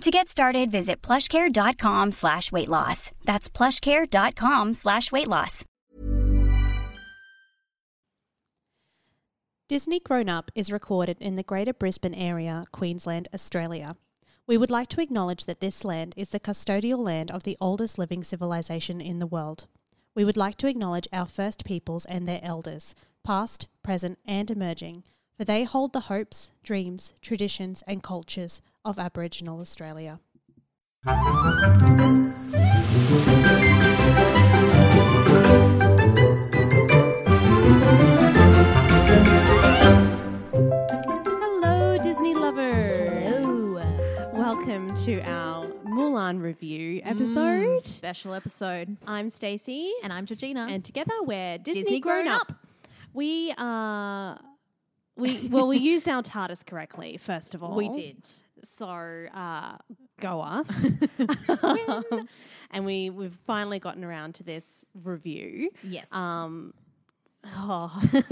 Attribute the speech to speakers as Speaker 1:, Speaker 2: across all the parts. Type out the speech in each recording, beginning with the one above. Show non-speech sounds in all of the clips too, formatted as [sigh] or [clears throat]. Speaker 1: To get started, visit plushcare.com slash weight loss. That's plushcare.com slash weight loss.
Speaker 2: Disney Grown Up is recorded in the Greater Brisbane Area, Queensland, Australia. We would like to acknowledge that this land is the custodial land of the oldest living civilization in the world. We would like to acknowledge our First Peoples and their elders, past, present, and emerging, for they hold the hopes, dreams, traditions, and cultures of Aboriginal Australia.
Speaker 3: Hello, Disney lovers. Welcome to our Mulan review episode.
Speaker 4: Special episode.
Speaker 3: I'm Stacey,
Speaker 4: And I'm Georgina.
Speaker 3: and together we're Disney,
Speaker 4: Disney
Speaker 3: Grown,
Speaker 4: Grown
Speaker 3: up.
Speaker 4: Up.
Speaker 3: We are. We, well, we used our TARDIS correctly, first of all.
Speaker 4: we did.
Speaker 3: So uh, go [laughs] us. Win. and we, we've finally gotten around to this review.
Speaker 4: Yes.
Speaker 3: Um, oh, [laughs]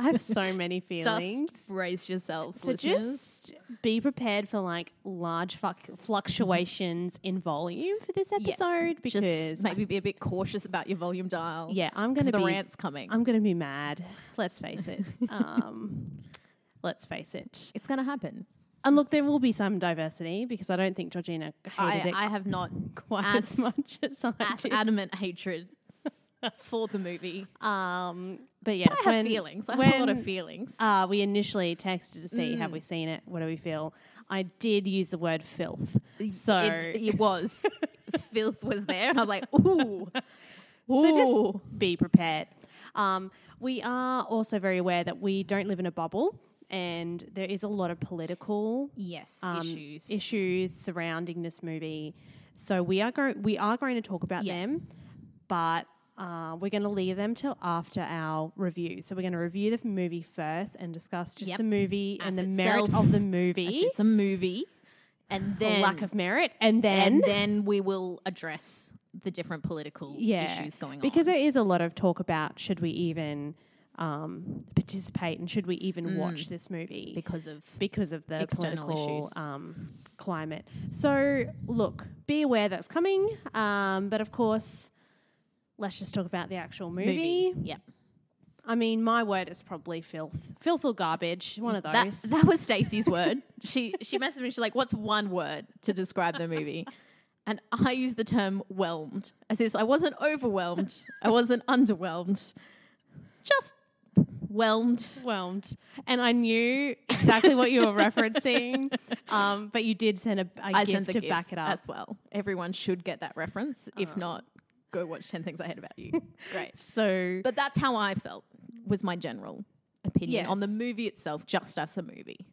Speaker 3: I have so many feelings.
Speaker 4: just brace yourselves,
Speaker 3: So
Speaker 4: listeners.
Speaker 3: just be prepared for like large fuck- fluctuations in volume for this
Speaker 4: Yes.
Speaker 3: episode because
Speaker 4: just maybe be a bit cautious about your volume dial.
Speaker 3: yeah, I'm
Speaker 4: Because
Speaker 3: gonna
Speaker 4: the
Speaker 3: be
Speaker 4: rant's coming.
Speaker 3: I'm gonna be mad. Let's face
Speaker 4: [laughs]
Speaker 3: it. um, let's face it.
Speaker 4: it's going to happen.
Speaker 3: And look, there will be some diversity because I don't think Georgina hated
Speaker 4: I,
Speaker 3: it
Speaker 4: I have not
Speaker 3: [laughs] quite as,
Speaker 4: as-
Speaker 3: much as I
Speaker 4: [laughs] as
Speaker 3: did.
Speaker 4: adamant hatred for
Speaker 3: [laughs]
Speaker 4: the movie.
Speaker 3: um, but yes,
Speaker 4: I have
Speaker 3: when-
Speaker 4: feelings. I have a lot
Speaker 3: when-
Speaker 4: of Mm. feelings.
Speaker 3: Uh, we initially texted to see have we seen it, what do we feel. I did use the word filth, so
Speaker 4: it,
Speaker 3: [laughs]
Speaker 4: it was. Filth was there. And I was like, ooh.
Speaker 3: So
Speaker 4: Ooh.
Speaker 3: just be prepared. Um, we are also very aware that we don't live in a bubble, and there is a lot of political
Speaker 4: yes.
Speaker 3: um,
Speaker 4: issues.
Speaker 3: issues surrounding this movie. So we are going we are going to talk about
Speaker 4: Yeah.
Speaker 3: them, but uh, we're going to leave them till after our review. So we're going to review the movie first and discuss just
Speaker 4: Yep.
Speaker 3: the movie
Speaker 4: As
Speaker 3: and the merit
Speaker 4: itself.
Speaker 3: of the
Speaker 4: As
Speaker 3: movie,
Speaker 4: It's a movie. And
Speaker 3: the
Speaker 4: then
Speaker 3: lack of merit, and then
Speaker 4: and then we will address the different political
Speaker 3: yeah,
Speaker 4: issues going on.
Speaker 3: because there is a lot of talk about should we even um, participate and should we even
Speaker 4: Mm.
Speaker 3: watch this movie
Speaker 4: because of
Speaker 3: because of the
Speaker 4: External
Speaker 3: political
Speaker 4: issues.
Speaker 3: um, climate. So, look, be aware that's coming. Um, but of course, let's just talk about the actual movie.
Speaker 4: movie. Yep.
Speaker 3: I mean, my word is probably filth, filth or garbage. One of those.
Speaker 4: That, that was Stacey's word. She she messaged me. She's like, "What's one word to describe the movie?" And I used the term "whelmed" as if I wasn't overwhelmed. I wasn't [laughs] underwhelmed. Just whelmed.
Speaker 3: Overwhelmed, and I knew exactly what
Speaker 4: [laughs]
Speaker 3: you were referencing, um, but you did send a, a
Speaker 4: I
Speaker 3: gift
Speaker 4: sent the
Speaker 3: to
Speaker 4: gif
Speaker 3: back it up. Uh.
Speaker 4: as well. Everyone should get that reference. If not, go watch Ten Things I Hate About You. It's great.
Speaker 3: so,
Speaker 4: But that's how I felt. Was my general opinion on the
Speaker 3: Yes.
Speaker 4: movie itself, just as a movie.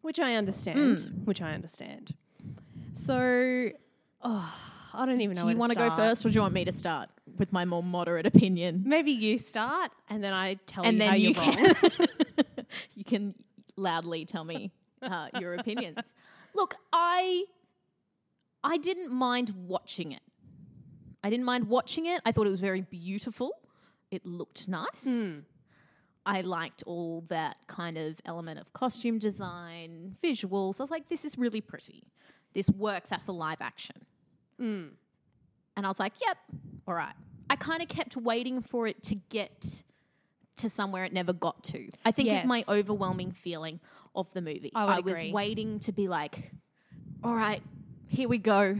Speaker 3: which I understand,
Speaker 4: Hmm.
Speaker 3: which I understand. So, oh, I don't even know.
Speaker 4: Do you
Speaker 3: want to
Speaker 4: go
Speaker 3: start.
Speaker 4: first, or do you want me to start with my more moderate opinion?
Speaker 3: Maybe you start, and then I tell
Speaker 4: And
Speaker 3: you
Speaker 4: then
Speaker 3: how
Speaker 4: you
Speaker 3: you're
Speaker 4: can,
Speaker 3: wrong.
Speaker 4: [laughs] you can loudly tell me uh, your opinions. Look, I I didn't mind watching it. I didn't mind watching it. I thought it was very beautiful. It looked nice.
Speaker 3: Hmm.
Speaker 4: I liked all that kind of element of costume design, visuals. I was like, this is really pretty. This works as a live action.
Speaker 3: Hmm.
Speaker 4: And I was like, yep, all right. I kind of kept waiting for it to get to somewhere it never got to. I think is my
Speaker 3: Yes.
Speaker 4: overwhelming feeling of the movie.
Speaker 3: I would
Speaker 4: was
Speaker 3: agree.
Speaker 4: waiting to be like, all right, here we go.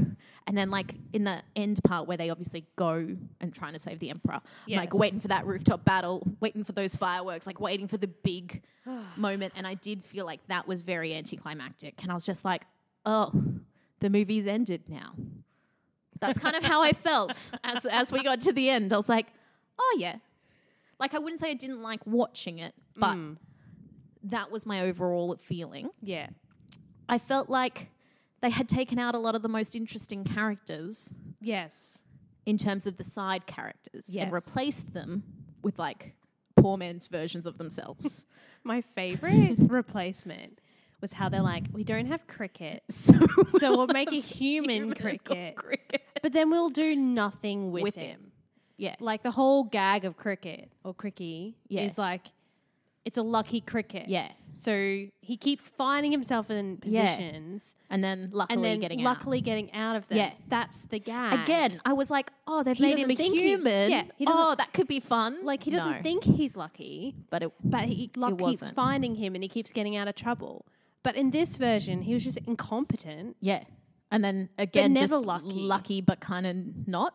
Speaker 4: And then, like, in the end part where they obviously go and trying to save the Emperor, I'm
Speaker 3: Yes.
Speaker 4: like, waiting for that rooftop battle, waiting for those fireworks, like, waiting for the big moment. And I did feel like that was very anticlimactic. And I was just like, oh, the movie's ended now. That's kind of how I felt as, as we got to the end. I was like, oh, yeah. Like, I wouldn't say I didn't like watching it, but that was my overall feeling.
Speaker 3: [laughs] yeah,
Speaker 4: I felt like they had taken out a lot of the most interesting characters
Speaker 3: yes,
Speaker 4: in terms of the side characters
Speaker 3: Yes.
Speaker 4: and replaced them with like poor man's versions
Speaker 3: [laughs]
Speaker 4: of themselves.
Speaker 3: My
Speaker 4: [laughs]
Speaker 3: favorite replacement was how they're like, we don't have cricket,
Speaker 4: [laughs] so,
Speaker 3: so we'll make
Speaker 4: [laughs]
Speaker 3: a human, cricket,
Speaker 4: cricket.
Speaker 3: but then we'll do nothing with,
Speaker 4: With it.
Speaker 3: him.
Speaker 4: Yeah.
Speaker 3: Like the whole gag of cricket or cricky
Speaker 4: Yeah.
Speaker 3: is like, it's a lucky cricket.
Speaker 4: Yeah.
Speaker 3: So he keeps finding himself in
Speaker 4: Yeah.
Speaker 3: positions
Speaker 4: And then luckily
Speaker 3: and then
Speaker 4: getting out.
Speaker 3: luckily getting out of them.
Speaker 4: Yeah.
Speaker 3: That's the gag.
Speaker 4: Again, I was like, oh, they've
Speaker 3: He
Speaker 4: made him
Speaker 3: doesn't
Speaker 4: a
Speaker 3: think he-
Speaker 4: human.
Speaker 3: yeah, he doesn't-
Speaker 4: oh, that could be fun.
Speaker 3: Like he doesn't
Speaker 4: No,
Speaker 3: think he's lucky,
Speaker 4: But it,
Speaker 3: but he luck keeps
Speaker 4: wasn't.
Speaker 3: finding him and he keeps getting out of trouble. But in this version, he was just incompetent.
Speaker 4: yeah. And then again,
Speaker 3: never
Speaker 4: just
Speaker 3: lucky.
Speaker 4: lucky, but kind of not.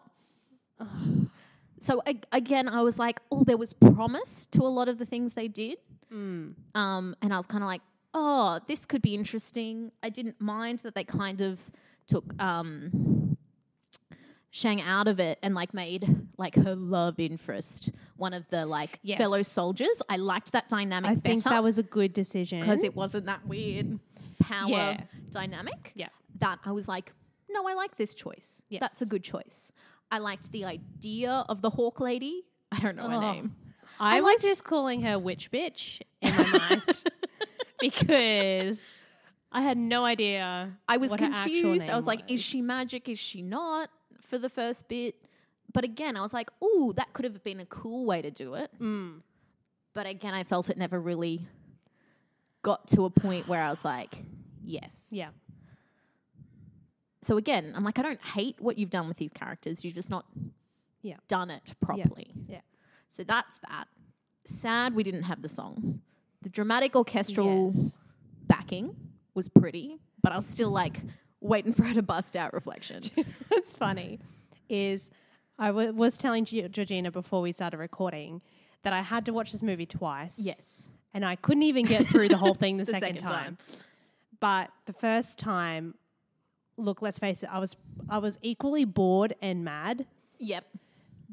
Speaker 4: so a- again, I was like, oh, there was promise to a lot of the things they did.
Speaker 3: Mm.
Speaker 4: Um, and I was kind of like, oh, this could be interesting. I didn't mind that they kind of took um, Shang out of it and like made like her love interest one of the like
Speaker 3: Yes.
Speaker 4: fellow soldiers. I liked that dynamic
Speaker 3: I
Speaker 4: better
Speaker 3: think that was a good decision
Speaker 4: because it wasn't that weird power
Speaker 3: Yeah.
Speaker 4: dynamic.
Speaker 3: Yeah.
Speaker 4: That I was like, no, I like this choice. That's a
Speaker 3: Yes.
Speaker 4: good choice. I liked the idea of the hawk lady. I don't know her
Speaker 3: Oh.
Speaker 4: name.
Speaker 3: I,
Speaker 4: I
Speaker 3: was
Speaker 4: liked-
Speaker 3: just calling her witch bitch in my [laughs] mind because I had no idea.
Speaker 4: I was
Speaker 3: what her actual
Speaker 4: confused. I
Speaker 3: name
Speaker 4: was like, is she magic? Is she not? For the first bit. But again, I was like, ooh, that could have been a cool way to do it.
Speaker 3: Hmm.
Speaker 4: But again, I felt it never really got to a point where I was like, yes.
Speaker 3: Yeah. [laughs]
Speaker 4: So again, I'm like, I don't hate what you've done with these characters. You've just not
Speaker 3: Yeah.
Speaker 4: done it properly.
Speaker 3: Yeah.
Speaker 4: So that's that. Sad we didn't have the songs. The dramatic orchestral
Speaker 3: Yes.
Speaker 4: backing was pretty, but I was still like waiting for her to bust out reflection.
Speaker 3: [laughs] What's funny is I wa was telling Ge- Georgina before we started recording that I had to watch this movie twice. And I couldn't even get through the whole
Speaker 4: [laughs]
Speaker 3: thing the, second,
Speaker 4: second
Speaker 3: time. But the first time, look, let's face it, I was I was equally bored and mad.
Speaker 4: Yep.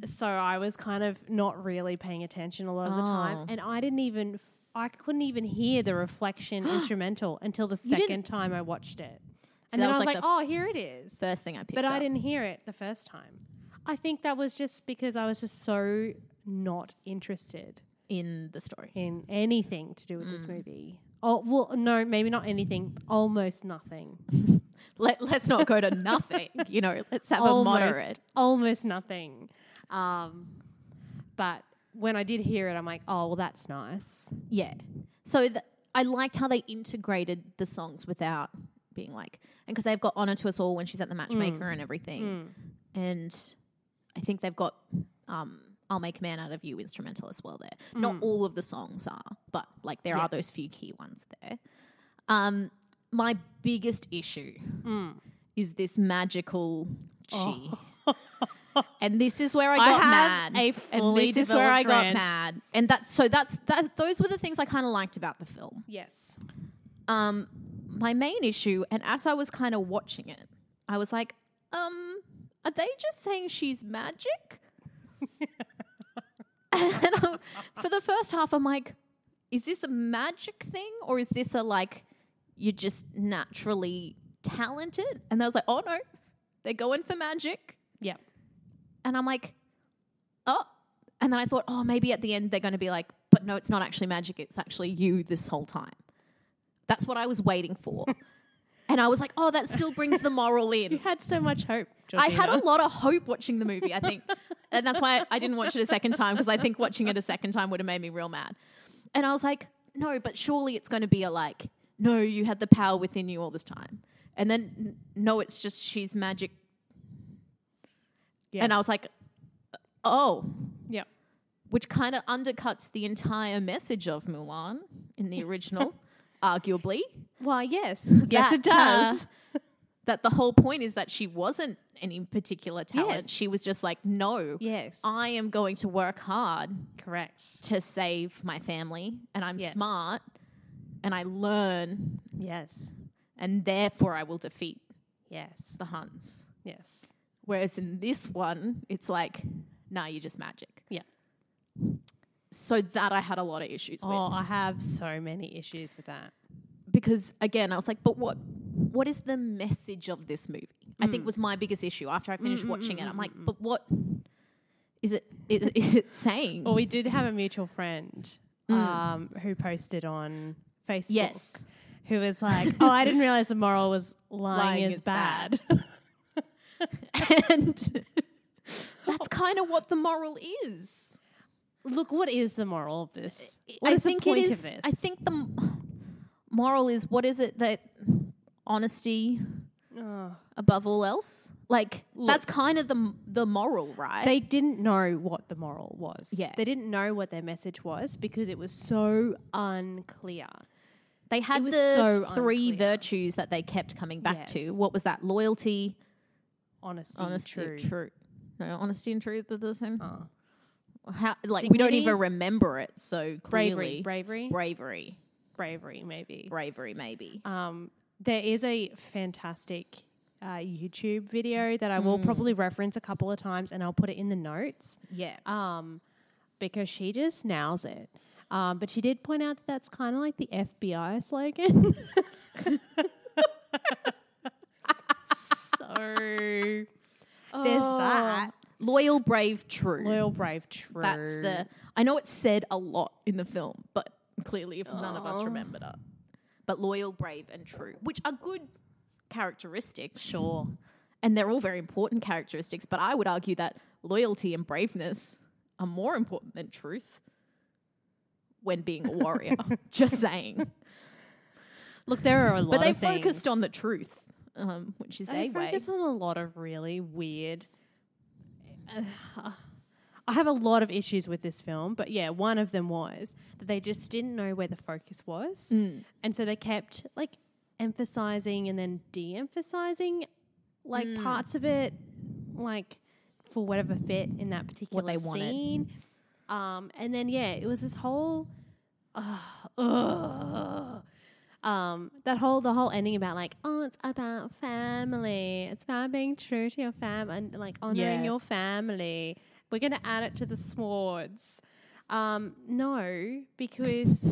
Speaker 3: So I was kind of not really paying attention a lot of the
Speaker 4: Oh.
Speaker 3: time. And I didn't even f- I couldn't even hear the
Speaker 4: [gasps]
Speaker 3: reflection instrumental until the
Speaker 4: didn't-
Speaker 3: second time I watched it.
Speaker 4: So
Speaker 3: and
Speaker 4: that
Speaker 3: then I was
Speaker 4: was
Speaker 3: like,
Speaker 4: like the
Speaker 3: oh, here it is.
Speaker 4: First thing I picked
Speaker 3: But
Speaker 4: up.
Speaker 3: I didn't hear it the first time. I think that was just because I was just so not interested
Speaker 4: in the story.
Speaker 3: in anything to do with this movie. Oh, well, no, maybe not anything, almost nothing.
Speaker 4: Let, let's not
Speaker 3: [laughs]
Speaker 4: go to nothing. You know, let's have a
Speaker 3: almost,
Speaker 4: moderate.
Speaker 3: Almost nothing. Um, but when I did hear it, I'm like, oh, well, that's nice.
Speaker 4: Yeah. So th- I liked how they integrated the songs without being like, and because they've got Honor to Us All when she's at the matchmaker and everything. And I think they've got um, I'll Make a Man Out of You instrumental as well there. Not all of the songs are, but like there are
Speaker 3: Yes.
Speaker 4: those few key ones there. Um, my biggest issue is this magical she. And this is where I got
Speaker 3: Oh. have
Speaker 4: mad.
Speaker 3: a fully
Speaker 4: and this is where I
Speaker 3: developed
Speaker 4: got
Speaker 3: rant.
Speaker 4: mad. And that's so that's that. Those were the things I kind of liked about the film.
Speaker 3: Yes.
Speaker 4: Um, my main issue, and as I was kind of watching it, I was like, um, are they just saying she's magic? [laughs] and I'm, for the first half, I'm like, is this a magic thing or is this a like you're just naturally talented? And I was like, oh no, they're going for magic.
Speaker 3: Yeah.
Speaker 4: And I'm like, oh. And then I thought, oh, maybe at the end they're going to be like, but no, it's not actually magic. It's actually you this whole time. That's what I was waiting for. and I was like, oh, that still brings the moral
Speaker 3: You [laughs]
Speaker 4: in.
Speaker 3: had so much hope.
Speaker 4: I
Speaker 3: Georgina.
Speaker 4: had a lot of hope watching the movie, I think. and that's why I didn't watch it a second time because I think watching it a second time would have made me real mad. And I was like, no, but surely it's going to be a like, no, you had the power within you all this time. And then, n- no, it's just she's magic.
Speaker 3: Yes.
Speaker 4: And I was like, oh,
Speaker 3: yeah.
Speaker 4: which kind of undercuts the entire message of Mulan in
Speaker 3: [laughs]
Speaker 4: the original, arguably.
Speaker 3: Why, [laughs] yes.
Speaker 4: That, uh, that the whole point is that she wasn't any particular talent.
Speaker 3: Yes.
Speaker 4: She was just like, no,
Speaker 3: yes.
Speaker 4: I am going to work hard
Speaker 3: Uh, Correct.
Speaker 4: to save my family, and I'm
Speaker 3: Yes.
Speaker 4: smart, and I learn,
Speaker 3: Yes.
Speaker 4: and therefore I will defeat
Speaker 3: Yes.
Speaker 4: the Huns.
Speaker 3: Yes.
Speaker 4: Whereas in this one, it's like, nah, you're just magic.
Speaker 3: Yeah.
Speaker 4: So that I had a lot of issues with.
Speaker 3: Oh, I have so many issues with that.
Speaker 4: because again, I was like, but what
Speaker 3: Mm.
Speaker 4: what is the message of this movie? I think was my biggest issue after I finished watching it. I'm like, but what is, [laughs] is it saying?
Speaker 3: Well, we did have a mutual friend um, who posted on Facebook. [laughs]
Speaker 4: Yes.
Speaker 3: Who was like, oh, I didn't realize the moral was lying,
Speaker 4: Lying
Speaker 3: is,
Speaker 4: is
Speaker 3: bad. [laughs]
Speaker 4: and [laughs]
Speaker 3: Oh.
Speaker 4: that's kind of what the moral is.
Speaker 3: Look, what is the moral of this?
Speaker 4: I
Speaker 3: What is
Speaker 4: think
Speaker 3: the point
Speaker 4: it is.
Speaker 3: of this?
Speaker 4: I think the m- moral is what is it that honesty above all else? Like that's kind of the m- the moral, right?
Speaker 3: they didn't know what the moral was.
Speaker 4: Yeah.
Speaker 3: They didn't know what their message was because it was so unclear.
Speaker 4: They had
Speaker 3: was
Speaker 4: the
Speaker 3: so
Speaker 4: three
Speaker 3: unclear.
Speaker 4: virtues that they kept coming back
Speaker 3: Yes.
Speaker 4: to. What was that? Loyalty,
Speaker 3: Honesty,
Speaker 4: honesty,
Speaker 3: true.
Speaker 4: truth. Uh. No, honesty and truth are the same. How, like we don't
Speaker 3: Dignity?
Speaker 4: even remember it. So
Speaker 3: Bravery,
Speaker 4: clearly,
Speaker 3: bravery,
Speaker 4: bravery,
Speaker 3: bravery, maybe.
Speaker 4: bravery, maybe.
Speaker 3: Um, there is a fantastic uh, YouTube video that I will
Speaker 4: Hmm.
Speaker 3: probably reference a couple of times and I'll put it in the notes
Speaker 4: yeah.
Speaker 3: um, because she just nails it. Um, but she did point out that that's kind of like the FBI
Speaker 4: [laughs]
Speaker 3: slogan. so there's that.
Speaker 4: Oh. Loyal, brave, true.
Speaker 3: Loyal, brave, true.
Speaker 4: That's the. I know it said a lot in the film, but clearly, if none of us remembered it, but loyal, brave, and true, which are good characteristics,
Speaker 3: sure.
Speaker 4: and they're all very important characteristics. But I would argue that loyalty and braveness are more important than truth when being
Speaker 3: [laughs]
Speaker 4: a warrior. Just saying.
Speaker 3: Look, there are a lot.
Speaker 4: But they
Speaker 3: of things.
Speaker 4: focused on the truth, um, which is
Speaker 3: They
Speaker 4: a way.
Speaker 3: focus on a lot of really weird. [sighs] I have a lot of issues with this film, but yeah, one of them was that they just didn't know where the focus was,
Speaker 4: Mm.
Speaker 3: and so they kept like emphasizing and then de-emphasizing like
Speaker 4: Mm.
Speaker 3: parts of it, like for whatever fit in that particular
Speaker 4: they wanted.
Speaker 3: scene. Um, and then yeah, it was this whole. ugh, um, that whole the whole ending about like oh it's about family it's about being true to your family and like honoring
Speaker 4: Yeah.
Speaker 3: your family we're gonna add it to the swords um no because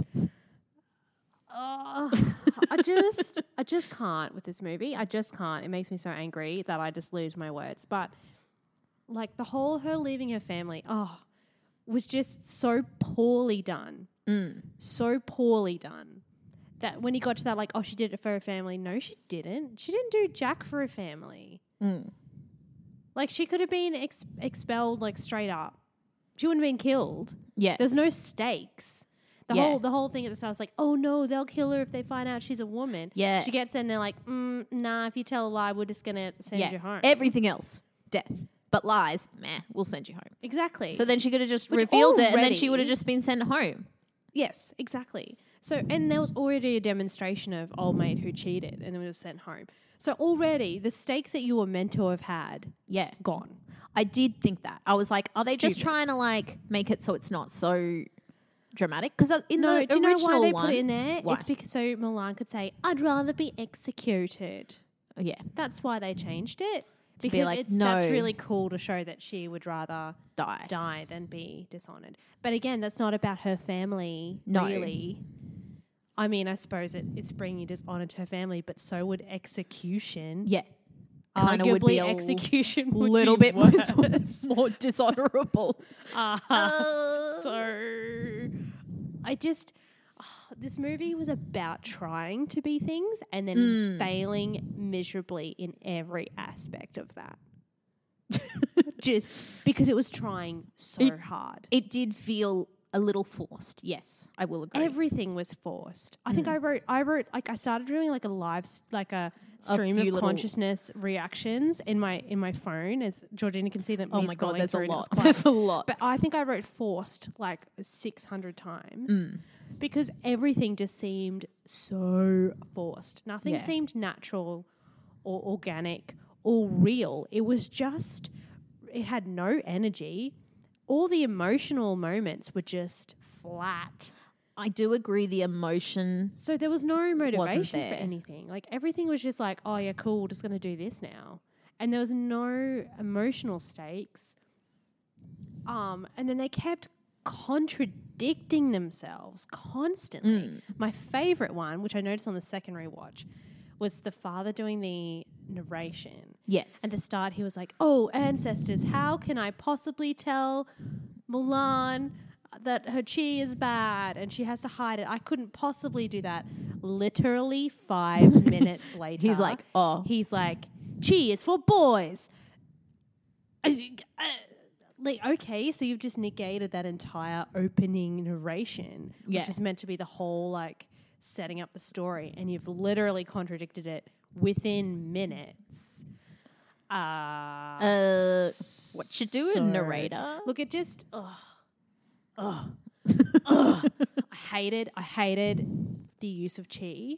Speaker 3: Ugh, i just i just can't with this movie i just can't it makes me so angry that i just lose my words but like the whole her leaving her family oh was just so poorly done so poorly done that when he got to that, like, oh, she did it for her family. No, she didn't. She didn't do Jack for her family.
Speaker 4: Mm.
Speaker 3: Like, she could have been ex- expelled, like, straight up. She wouldn't have been killed.
Speaker 4: yeah.
Speaker 3: There's no stakes. The
Speaker 4: Yeah.
Speaker 3: whole the whole thing at the start was like, oh no, they'll kill her if they find out she's a woman.
Speaker 4: Yeah.
Speaker 3: She gets in, they're like, mm, nah, if you tell a lie, we're just gonna send
Speaker 4: yeah.
Speaker 3: you home.
Speaker 4: Everything else, death. But lies, meh, we'll send you home.
Speaker 3: exactly.
Speaker 4: So then she could have just
Speaker 3: Which
Speaker 4: revealed it, and then she
Speaker 3: already-
Speaker 4: would have just been sent home.
Speaker 3: Yes, exactly. So, and there was already a demonstration of old mate who cheated and then was sent home. So already the stakes that you were meant to have had
Speaker 4: Yeah,
Speaker 3: gone.
Speaker 4: I did think that. I was like, are they just
Speaker 3: Stupid.
Speaker 4: trying to like make it so it's not so dramatic? Because in
Speaker 3: No,
Speaker 4: the
Speaker 3: do you know
Speaker 4: original
Speaker 3: why they
Speaker 4: one,
Speaker 3: put it in there?
Speaker 4: Why?
Speaker 3: It's because so Milan could say, "I'd rather be executed."
Speaker 4: yeah,
Speaker 3: That's why they changed it
Speaker 4: be
Speaker 3: because
Speaker 4: like,
Speaker 3: it's that's
Speaker 4: no.
Speaker 3: really cool to show that she would rather
Speaker 4: die.
Speaker 3: die than be dishonored. But again, that's not about her family,
Speaker 4: No.
Speaker 3: really. I mean, I suppose it, it's bringing dishonor to her family, but so would execution.
Speaker 4: Yeah, Kinda
Speaker 3: arguably
Speaker 4: would be a l-
Speaker 3: execution would
Speaker 4: little
Speaker 3: be
Speaker 4: bit more,
Speaker 3: worse. [laughs]
Speaker 4: [laughs] more dishonorable.
Speaker 3: Uh,
Speaker 4: Uh,
Speaker 3: so I just ah, this movie was about trying to be things and then
Speaker 4: Mm.
Speaker 3: failing miserably in every aspect of that. just because it was trying so hard.
Speaker 4: it did feel a little forced. Yes, I will agree.
Speaker 3: Everything was forced. I think I wrote I wrote like I started doing like a live s- like a stream
Speaker 4: few
Speaker 3: of
Speaker 4: little-
Speaker 3: consciousness reactions in my in my phone as Georgina can see that
Speaker 4: oh
Speaker 3: me
Speaker 4: my god,
Speaker 3: scrolling
Speaker 4: there's a
Speaker 3: through and it
Speaker 4: lot.
Speaker 3: was
Speaker 4: [laughs]
Speaker 3: quite-
Speaker 4: There's a lot.
Speaker 3: But I think I wrote forced like 600 times
Speaker 4: Mm.
Speaker 3: because everything just seemed so forced. Nothing
Speaker 4: Yeah.
Speaker 3: seemed natural or organic or real. It was just, it had no energy. All the emotional moments were just flat.
Speaker 4: I do agree. The emotion.
Speaker 3: So there was no motivation
Speaker 4: there.
Speaker 3: for anything. Like everything was just like, oh yeah, cool, just gonna do this now. And there was no emotional stakes. Um, and then they kept contradicting themselves constantly. My favorite one, which I noticed on the second rewatch, was the father doing the narration.
Speaker 4: Yes,
Speaker 3: And to start, he was like, Oh, ancestors, how can I possibly tell Mulan that her chi is bad and she has to hide it. I couldn't possibly do that. Literally
Speaker 4: [laughs]
Speaker 3: five minutes later,
Speaker 4: He's like, "Oh."
Speaker 3: he's like, chi is for boys. I- I- Like, okay, so you've just negated that entire opening narration,
Speaker 4: Yeah.
Speaker 3: which is meant to be the whole like setting up the story, and you've literally contradicted it within minutes. Uh,
Speaker 4: Uh, what you doing,
Speaker 3: so-
Speaker 4: narrator?
Speaker 3: Look, it just, ugh, ugh, ugh. I hated, I hated the use of chi.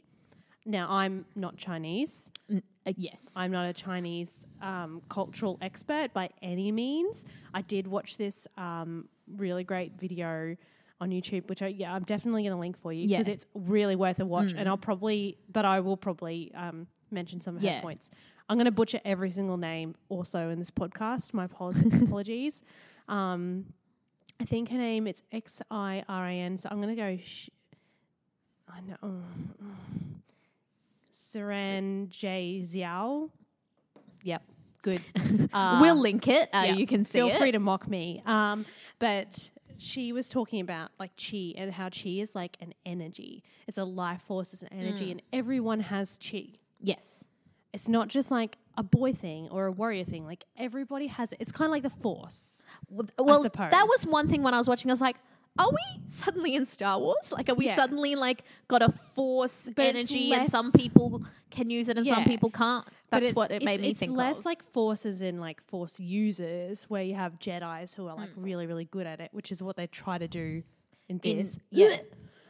Speaker 3: Now I'm not Chinese.
Speaker 4: Uh, yes.
Speaker 3: I'm not a Chinese um, cultural expert by any means. I did watch this um, really great video on YouTube, which I, yeah, I'm definitely going to link for you because
Speaker 4: Yeah.
Speaker 3: it's really worth a watch. And I'll probably, but I will probably um, mention some of
Speaker 4: Yeah.
Speaker 3: her points. I'm going to butcher every single name also in this podcast. My
Speaker 4: [laughs]
Speaker 3: apologies. apologies. Um, I think her name it's X I R A N. So I'm going to go. Sh- I know. [sighs] Saran J Xiao. Yep,
Speaker 4: [laughs]
Speaker 3: good. Uh,
Speaker 4: we'll link it. Uh,
Speaker 3: yeah,
Speaker 4: You can see
Speaker 3: Feel
Speaker 4: it.
Speaker 3: free to mock me. Um, but she was talking about like chi and how chi is like an energy. It's a life force. It's an energy,
Speaker 4: Mm.
Speaker 3: and everyone has chi.
Speaker 4: yes.
Speaker 3: It's not just like a boy thing or a warrior thing. Like everybody has it. It's kind of like the force.
Speaker 4: Well, th- well, that was
Speaker 3: suppose.
Speaker 4: one thing when I was watching. I was like, are we suddenly in Star Wars? Like, are we
Speaker 3: Yeah.
Speaker 4: suddenly like got a force
Speaker 3: But it's
Speaker 4: energy, and
Speaker 3: less-
Speaker 4: some people can use it and some
Speaker 3: Yeah.
Speaker 4: people can't? That's
Speaker 3: it's-
Speaker 4: what it
Speaker 3: it's-
Speaker 4: made me
Speaker 3: it's
Speaker 4: think.
Speaker 3: less
Speaker 4: of.
Speaker 3: like forces in like force users, where you have Jedi's who are like really, really good at it, which is what they try to do in
Speaker 4: Hmm. In-
Speaker 3: this.
Speaker 4: [laughs] yeah.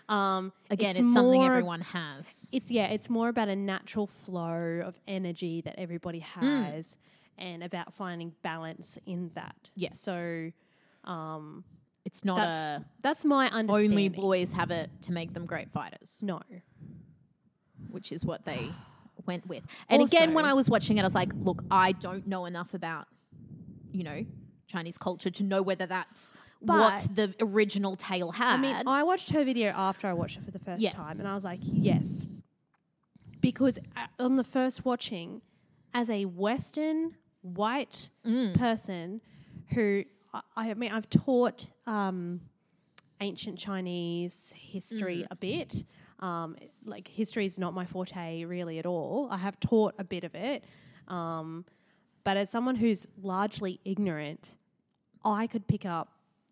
Speaker 3: Um,
Speaker 4: Again, it's, something
Speaker 3: more-
Speaker 4: everyone has.
Speaker 3: It's yeah, it's more about a natural flow of energy that everybody has,
Speaker 4: Hmm.
Speaker 3: and about finding balance in that.
Speaker 4: Yes.
Speaker 3: So
Speaker 4: It's not
Speaker 3: that's
Speaker 4: a
Speaker 3: that's my understanding.
Speaker 4: only boys have it to make them great fighters,
Speaker 3: No.
Speaker 4: which is what [sighs] they went with. And again, when
Speaker 3: Also-
Speaker 4: I was watching it, I was like, look, I don't know enough about, you know, Chinese culture to know whether that's what
Speaker 3: But-
Speaker 4: the original tale had.
Speaker 3: I mean, I watched her video after I watched it for the first
Speaker 4: Yeah.
Speaker 3: time, and I was like, yes, because uh, on the first watching, as a Western white person who I, I mean, I've taught um, ancient Chinese history a bit. Um, like history is not my forte really at all. I have taught a bit of it, um, but as someone who's largely ignorant, I could pick up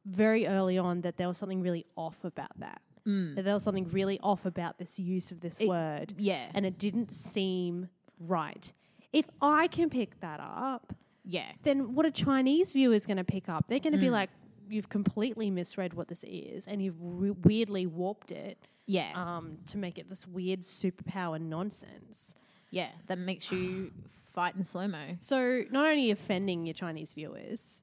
Speaker 3: very early on that there was something really off about that. That there was something really off about this use of this word.
Speaker 4: yeah.
Speaker 3: And it didn't seem right. If I can pick that up,
Speaker 4: yeah.
Speaker 3: then what a Chinese viewer is going to pick up, they're going
Speaker 4: Mm.
Speaker 3: to be like, you've completely misread what this is and you've re- weirdly warped it
Speaker 4: Yeah.
Speaker 3: um, to make it this weird superpower nonsense.
Speaker 4: Yeah, that makes [sighs] you fight in slow mo.
Speaker 3: So not only offending your Chinese viewers,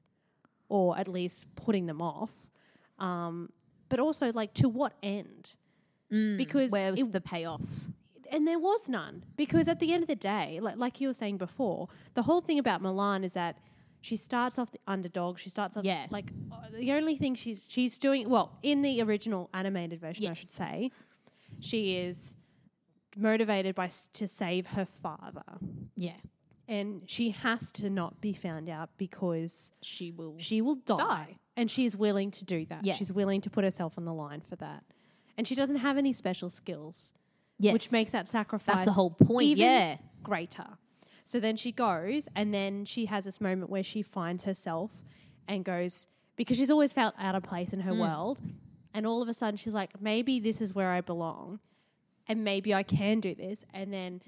Speaker 3: or at least putting them off, um, but also like to what end? because
Speaker 4: Mm, Where was
Speaker 3: it-
Speaker 4: the payoff?
Speaker 3: and there was none because at the end of the day, like like you were saying before, the whole thing about Milan is that she starts off the underdog. She starts off
Speaker 4: Yeah.
Speaker 3: like uh, the only thing she's she's doing well in the original animated version, I should
Speaker 4: Yes.
Speaker 3: say, she is motivated by s- to save her father.
Speaker 4: Yeah,
Speaker 3: and she has to not be found out because
Speaker 4: she will.
Speaker 3: she will die.
Speaker 4: Die.
Speaker 3: And she is willing to do that.
Speaker 4: Yeah.
Speaker 3: She's willing to put herself on the line for that. And she doesn't have any special skills, which makes that sacrifice
Speaker 4: that's the whole point.
Speaker 3: even
Speaker 4: yeah,
Speaker 3: greater. So then she goes, and then she has this moment where she finds herself and goes, because she's always felt out of place in her
Speaker 4: Mm.
Speaker 3: world. And all of a sudden, she's like, maybe this is where I belong, and maybe I can do this. And then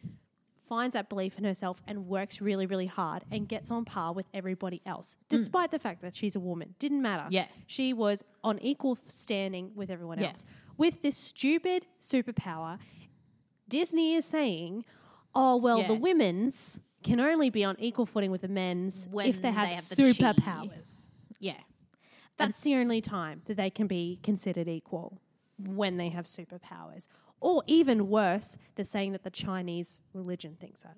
Speaker 3: finds that belief in herself and works really, really hard and gets on par with everybody else, despite the fact that she's a woman. Didn't matter.
Speaker 4: Mm. Yeah.
Speaker 3: She was on equal f- standing with everyone
Speaker 4: Yeah.
Speaker 3: else. With this stupid superpower, Disney is saying, oh, well, the
Speaker 4: Yeah.
Speaker 3: women's can only be on equal footing with the men's
Speaker 4: when
Speaker 3: if they have,
Speaker 4: the
Speaker 3: superpowers.
Speaker 4: chi. Yeah,
Speaker 3: That's the only time that they can be considered equal when they have superpowers. Or even worse, they're saying that the Chinese religion thinks that.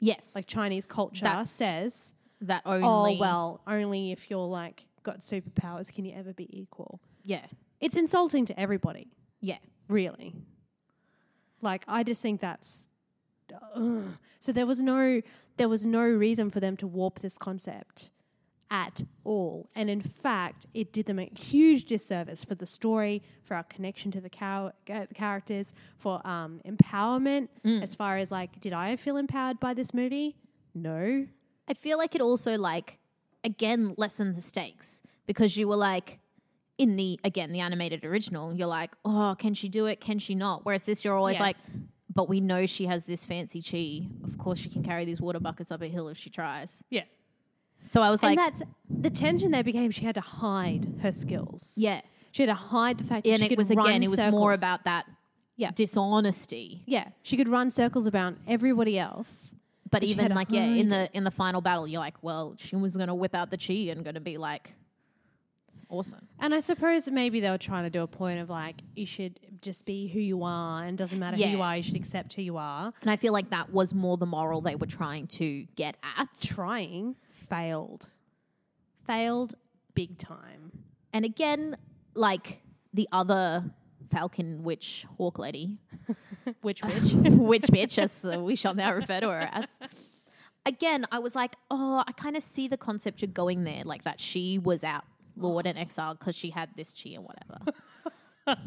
Speaker 4: yes,
Speaker 3: Like Chinese culture
Speaker 4: That's
Speaker 3: says,
Speaker 4: that only.
Speaker 3: oh, well, only if you're like got superpowers can you ever be equal.
Speaker 4: yeah,
Speaker 3: It's insulting to everybody,
Speaker 4: yeah,
Speaker 3: really. Like, I just think that's. Ugh. So there was no there was no reason for them to warp this concept at all. And in fact, it did them a huge disservice for the story, for our connection to the cow- uh, the characters, for um, empowerment.
Speaker 4: Mm.
Speaker 3: As far as like, did I feel empowered by this movie? No.
Speaker 4: I feel like it also like again lessened the stakes because you were like in the again the animated original you're like oh can she do it can she not whereas this you're always like
Speaker 3: Yes.
Speaker 4: but we know she has this fancy chi of course she can carry these water buckets up a hill if she tries
Speaker 3: Yeah.
Speaker 4: so I was like
Speaker 3: and that's the tension there became. She had to hide her skills.
Speaker 4: yeah
Speaker 3: She had to hide the fact that
Speaker 4: and
Speaker 3: she
Speaker 4: it
Speaker 3: could
Speaker 4: was
Speaker 3: run
Speaker 4: again it was more
Speaker 3: circles.
Speaker 4: about that
Speaker 3: Yeah.
Speaker 4: dishonesty
Speaker 3: yeah. She could run circles about everybody else.
Speaker 4: but
Speaker 3: But you had
Speaker 4: even
Speaker 3: to
Speaker 4: like yeah in
Speaker 3: hide
Speaker 4: the in the final battle you're like well she was gonna whip out the chi and gonna be like awesome
Speaker 3: And I suppose maybe they were trying to do a point of like you should just be who you are, and doesn't matter who you
Speaker 4: Yeah.
Speaker 3: are, you should accept who you are.
Speaker 4: and I feel like that was more the moral they were trying to get at
Speaker 3: Trying failed, failed big time.
Speaker 4: And again, like the other Falcon Witch Hawk Lady,
Speaker 3: Which which [laughs]
Speaker 4: Witch Bitch, as uh, we shall now refer to her as. Again, I was like, oh, I kind of see the concept you're going there, like that she was out, Lord and exiled, because she had this chi and whatever.